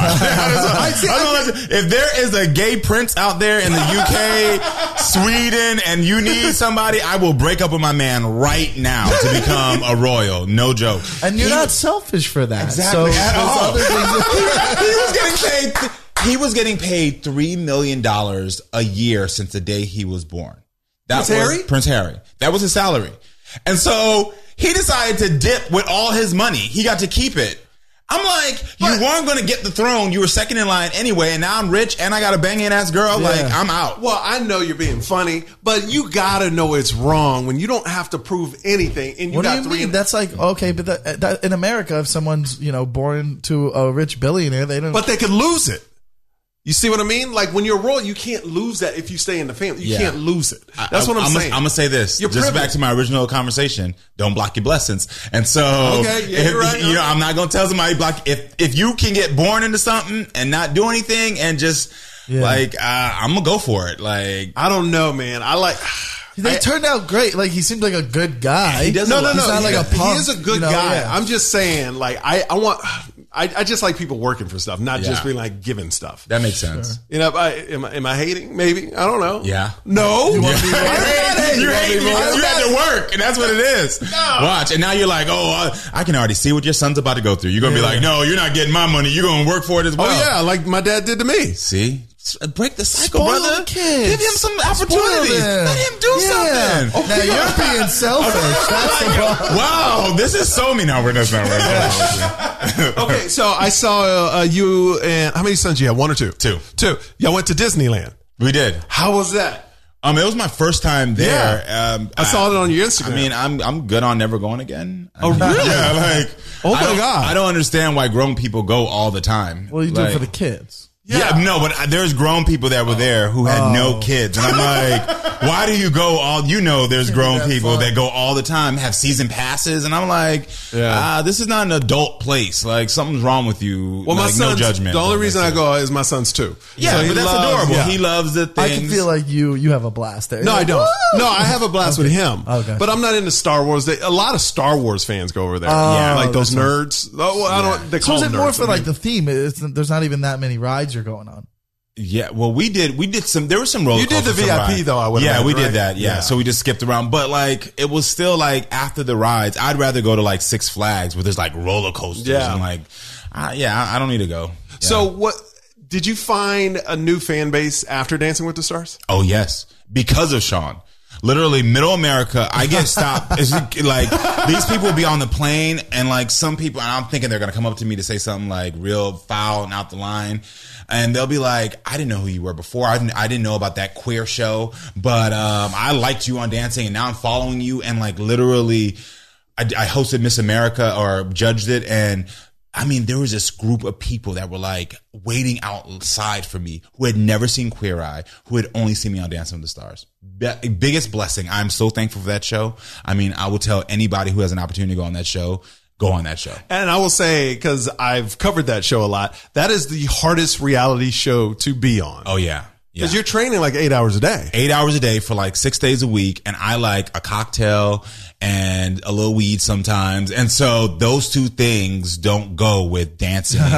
I'm gonna let you- if there is a gay prince out there in the UK, Sweden, and you need somebody, I will break up with my man right now to become a royal. No joke.
and you're
He-
not selfish for that. So
at
there's
all.
other things-
he was getting paid. He was getting paid three million dollars a year since the day he was born. That
Prince
was
Harry?
Prince Harry. That was his salary, and so he decided to dip with all his money. He got to keep it. I'm like, you weren't going to get the throne. You were second in line anyway, and now I'm rich and I got a banging ass girl. Like I'm out.
Well, I know you're being funny, but you gotta know it's wrong when you don't have to prove anything. And you
What do
got
you
three
mean?
and-
That's like okay, but that, that, in America, if someone's you know born to a rich billionaire, they don't.
but they could lose it. You see what I mean? Like when you're royal, you can't lose that if you stay in the family. You
Yeah.
can't lose it. That's what I'm, saying.
I'm gonna say this.
You're
just back
privileged.
to my original conversation. Don't block your blessings. And so,
Okay, yeah,
if-
you're right,
you
okay.
know, I'm not gonna tell somebody block. If if you can get born into something and not do anything and just
Yeah.
like, uh, I'm gonna go for it. Like,
I don't know, man. I like.
they turned out great. Like he seemed like a good guy.
He doesn't
No, no,
He's
no.
not
he,
like a
he
punk,
is a good
you know,
guy.
yeah.
I'm just saying, like, I, I want. I, I just like people working for stuff, not
Yeah.
just being like giving stuff.
that makes sense.
you know, I, am, I- am I hating? Maybe I don't know.
Yeah.
No.
You hate you because you had to work, and that's what it is. Watch, and now you're like, oh, I, I can already see what your son's about to go through. You're gonna be like, no, you're not getting my money. You're gonna work for it as well.
Oh yeah, like my dad did to me.
See? Break the cycle,
Spoil
brother.
the kids.
Give him some
Spoil
opportunities.
them.
Let him do
Yeah.
something.
Now you're being selfish. That's the problem.
wow, this is so mean. No, we're that's not right.
Okay, so I saw uh, uh, you and how many sons you have? One or two?
Two.
Two. Y'all went to Disneyland.
we did.
How was that?
Um, it was my first time there. Um,
I saw it on your Instagram.
I mean, I'm I'm good on never going again. I
Oh,
mean,
really?
Yeah, like
Oh,
I
my
don't-
God.
I don't understand why grown people go all the time.
What are you doing
Like-
for the kids?
Yeah.
Yeah.
no, but I- there's grown people that were
Oh.
there who had no kids, and I'm like, why do you go all? You know, there's grown
that
people
fun.
that go all the time, have season passes, and I'm like, ah, this is not an adult place. Like something's wrong with you.
Well, my
like,
son's
no judgment.
The only
Like,
reason I
that's it.
go is my son's too.
yeah,
So he
but that's
loves-
adorable.
yeah.
He loves the things.
I can feel like you you have a blast there.
no,
You're
I
like,
don't. No, I have a blast with him.
Oh, gotcha.
But I'm not into Star Wars. They, a lot of Star Wars fans go over there.
Yeah.
like those nerds. Oh, well, I don't. They
So
call
is it
them
more
nerds.
for
I
like
mean,
the theme? It's, there's not even that many rides you're going on.
Yeah, well, we did. We did some. There was some roller.
You did the
coasters, some
VIP
ride.
though, I would
Yeah,
imagine,
we did
right?
that. Yeah.
Yeah.
so we just skipped around, but like it was still like after the rides, I'd rather go to like Six Flags where there's like roller coasters
Yeah.
and like, I, yeah, I, I don't need to go. Yeah.
So what? Did you find a new fan base after Dancing with the Stars?
Oh yes, because of Sean. Literally, middle America, I get stopped. It's like these people be on the plane, and like some people, and I'm thinking they're gonna come up to me to say something like real foul and out the line, and they'll be like, "I didn't know who you were before. I didn't, I didn't know about that queer show, but um, I liked you on dancing, and now I'm following you." And like literally, I, I hosted Miss America or judged it, and I mean, there was this group of people that were like waiting outside for me who had never seen Queer Eye, who had only seen me on Dancing with the Stars. Be- biggest blessing. I'm so thankful for that show. I mean, I will tell anybody who has an opportunity to go on that show, go on that show.
And I will say, because I've covered that show a lot, that is the hardest reality show to be on.
Oh, yeah. Yeah.
Because you're training like eight hours a day.
eight hours a day for like six days a week, and I like a cocktail and a little weed sometimes. And so those two things don't go with dancing eight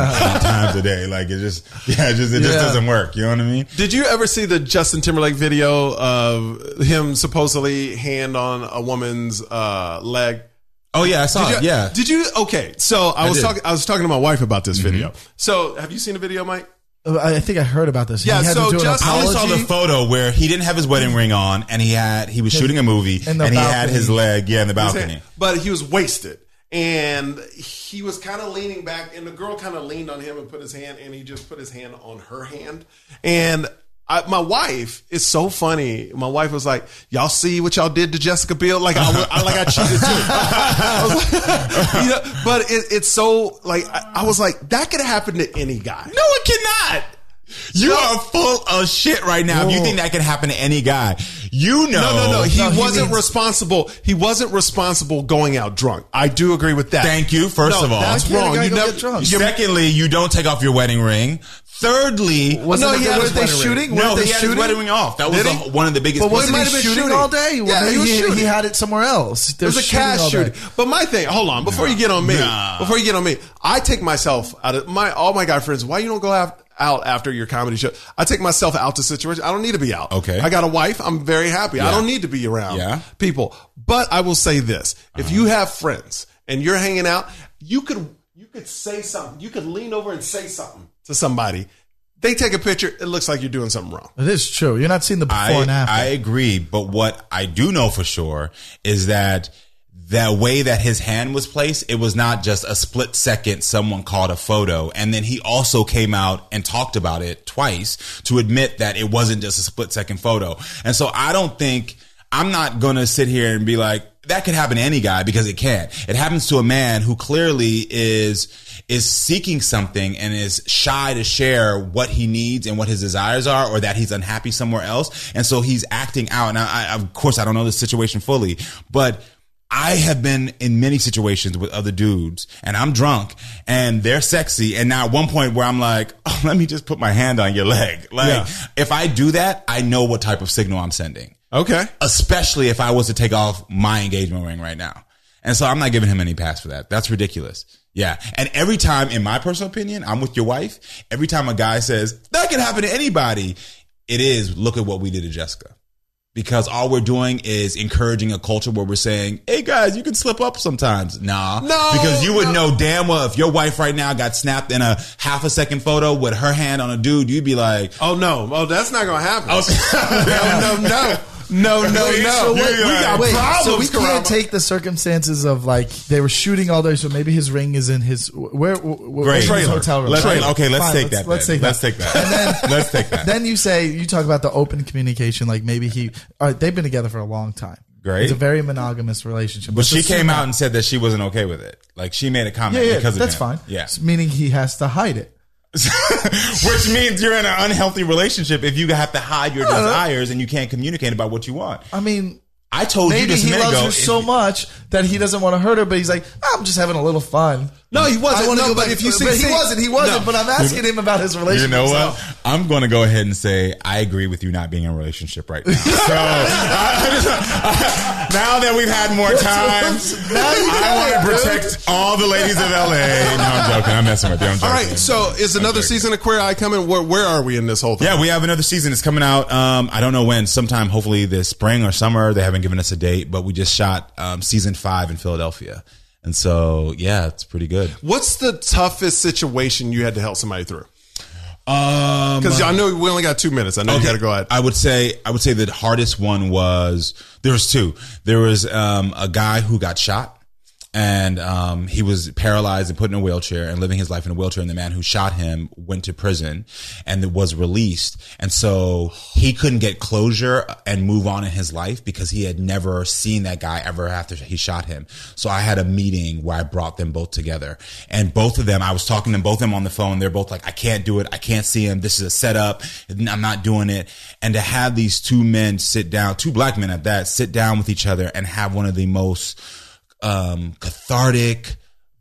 times a day. Like it just, yeah, it just it just
Yeah.
doesn't work. You know what I mean?
Did you ever see the Justin Timberlake video of him supposedly hand on a woman's uh, leg?
Oh yeah, I saw
Did
it.
you-
Yeah.
Did you? Okay. So I,
I
was
did. Mm-hmm.
talking. I was talking to my wife about this video. So have you seen the video, Mike?
Uh, I I think I heard about this. He
Yeah,
had to
so
do an
just-
I only saw the
Apology?
photo where he didn't have his wedding ring on, and he had he was shooting a movie,
In
and
the
he had
balcony.
his leg, yeah, in the balcony.
But he was wasted. And he was kind of leaning back, and the girl kind of leaned on him and put his hand, and he just put his hand on her hand. And I, my wife is so funny. My wife was like, "Y'all see what y'all did to Jessica Biel? Like I, was- I like I cheated too." I was like, you know, but it, it's so like I, I was like that could happen to any guy.
No, it cannot. You are full of shit right now. If you think that can happen to any guy, you
No,
know.
no, no. He
No, he
wasn't
means-
responsible. He wasn't responsible going out drunk. I do agree with that.
Thank you, first
No,
of all.
that's
Why can't a
wrong.
guy
You
go
never-
get drunk?
you-
Secondly, you don't take off your wedding ring. Thirdly,
Wasn't
no,
it
yeah,
the
were
wedding
they
ring?
shooting?
no,
were they
he had his
shooting?
wedding ring off. That was
Did
the,
he?
one of the biggest.
But
He
wasn't
might have
he
been
shooting,
shooting.
all day? Well,
Yeah,
maybe
he was
he, he
shooting.
had it somewhere else. They
It was
were
a cash
all
shooting.
day.
But my thing, hold on, before you get on me,
Nah.
before you get on me, I take myself out of my all my guy friends. Why you don't go out, out after your comedy show? I take myself out to situations. I don't need to be out.
Okay.
I got a wife. I'm very happy. I
Yeah.
don't need to be around
Yeah.
people. But I will say this: if you have friends and you're hanging out, you could you could say something. You could lean over and say something to somebody. They take a picture. It looks like you're doing something wrong.
It is true. You're not seeing the before
I,
and after.
I agree, but what I do know for sure is that the way that his hand was placed, it was not just a split second someone caught a photo. And then he also came out and talked about it twice to admit that it wasn't just a split second photo. And so I don't think I'm not going to sit here and be like, that could happen to any guy because it can. It happens to a man who clearly is is seeking something and is shy to share what he needs and what his desires are, or that he's unhappy somewhere else, and so he's acting out. And I, I, of course, I don't know the situation fully, but I have been in many situations with other dudes, and I'm drunk, and they're sexy, and now at one point where I'm like, oh, let me just put my hand on your leg. Like,
Yeah.
if I do that, I know what type of signal I'm sending
Okay.
especially if I was to take off my engagement ring right now. And so I'm not giving him any pass for that. That's ridiculous. Yeah. And every time, in my personal opinion, I'm with your wife. Every time a guy says, that can happen to anybody, it is look at what we did to Jessica. Because all we're doing is encouraging a culture where we're saying, hey guys, you can slip up sometimes. Nah.
No,
Because you would
no.
know know damn well if your wife right now got snapped in a half a second photo with her hand on a dude, you'd be like,
Oh no! Oh, that's not gonna happen. no, no, no, no, no,
Wait,
no.
so what-
we got
Wait,
problems.
so we can't
Karama.
take the circumstances of like they were shooting all day, so maybe his ring is in his where, where where's his
Trailer.
hotel room.
Let's-
Trailer.
okay, let's
Fine,
take that.
Let's take that.
Let's take that. And then, let's take that.
Then you say you talk about the open communication, like maybe he. All right, they've been together for a long time.
Great.
it's a very monogamous relationship.
But she came out and said that she wasn't okay with it. Like she made a
yeah,
comment
yeah,
because of
that's
him.
fine.
Yeah.
meaning he has to hide it.
Which means you're in an unhealthy relationship if you have to hide your desires and you can't communicate about what you want.
I mean,
I told you
maybe
this
Oh, he
minute
loves
ago.
her
if-
so much that he doesn't want to hurt her, but he's like, I'm just having a little fun.
No, he wasn't.
I wanna
No,
go
but
back-
if you see-
but he
see-
wasn't, he wasn't.
No.
But I'm asking him about his
You
relationship.
know
so-
what? I'm going to go ahead and say I agree with you not being in a relationship right now. So I- I just- I- now that we've had more time,
Now you
I
know,
want
dude.
to protect all the ladies of LA. No, I'm joking. I'm messing with you. I'm joking.
All right, so is
I'm
another
joking.
season of Queer Eye coming? Where, where are we in this whole thing?
Yeah, we have another season. It's coming out. Um, I don't know when. Sometime, hopefully this spring or summer. They haven't given us a date, but we just shot um, season five in Philadelphia, and so yeah, it's pretty good.
What's the toughest situation you had to help somebody through?
Um,
Because I know we only got two minutes. I know you got to go ahead.
I would say I would say the hardest one was there was two. There was um, a guy who got shot, and um, he was paralyzed and put in a wheelchair and living his life in a wheelchair. And the man who shot him went to prison and then was released, and so he couldn't get closure and move on in his life because he had never seen that guy ever after he shot him. So I had a meeting where I brought them both together, and both of them I was talking to both of them on the phone. They're both like, "I can't do it. I can't see him. This is a setup. I'm not doing it." And to have these two men sit down, two black men at that, sit down with each other and have one of the most um, cathartic,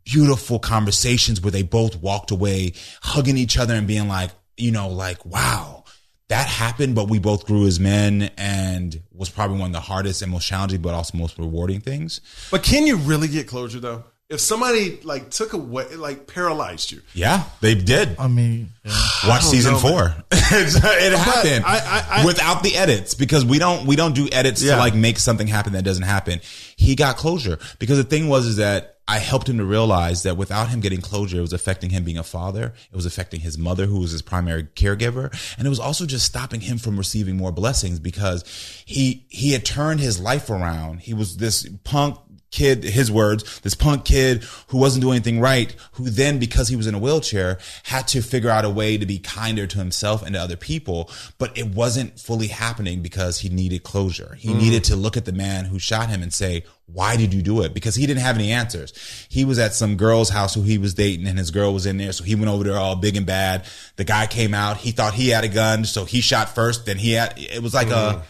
beautiful conversations where they both walked away hugging each other and being like, you know, like, wow, that happened, but we both grew as men and was probably one of the hardest and most challenging, but also most rewarding things.
But can you really get closure though? If somebody like took away, like paralyzed you,
Yeah, they did.
I mean, yeah.
Watch season
know,
four. it happened
I- I- I-
without the edits because we don't we don't do edits
Yeah.
to like make something happen that doesn't happen. He got closure because the thing was is that I helped him to realize that without him getting closure, it was affecting him being a father. It was affecting his mother, who was his primary caregiver, and it was also just stopping him from receiving more blessings because he he had turned his life around. He was this punk kid, his words, this punk kid who wasn't doing anything right, who then, because he was in a wheelchair, had to figure out a way to be kinder to himself and to other people. But it wasn't fully happening because he needed closure. He needed to look at the man who shot him and say, why did you do it? Because he didn't have any answers. He was at some girl's house who he was dating and his girl was in there. So he went over there all big and bad. The guy came out. He thought he had a gun. So he shot first. Then he had, it was like a,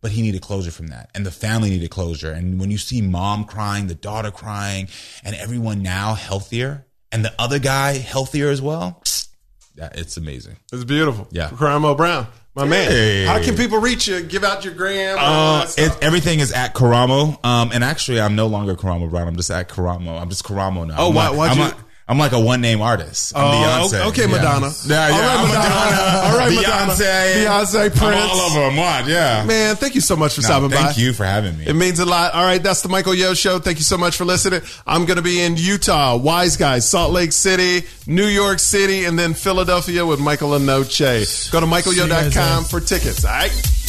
but he needed closure from that and the family needed closure and when you see mom crying the daughter crying and everyone now healthier and the other guy healthier as well that it's amazing
it's beautiful.
Yeah.
Caramo Brown, my man.
Hey.
How can people reach you? Give out your gram. all
uh,
that stuff.
it, everything is at Karamo, um, and actually, I'm no longer Karamo Brown. I'm just at Karamo. I'm just Karamo now.
Oh,
I'm
why-
like,
why'd
I'm
you-
like- I'm like a one name artist. I'm
Oh,
Beyonce.
okay,
Yeah.
Madonna.
Yeah, yeah.
All right,
I'm
Madonna. All right, Madonna.
Beyonce.
Beyonce, Prince.
I'm all over them. What? Yeah.
man, thank you so much for
No,
stopping by.
thank you for having me.
It means a lot. All right, that's the Michael Yo Show. Thank you so much for listening. I'm going to be in Utah, Wise Guys, Salt Lake City, New York City, and then Philadelphia with Michael Anoche. Go to
you guys,
michaelyo.com
man.
for tickets. All right.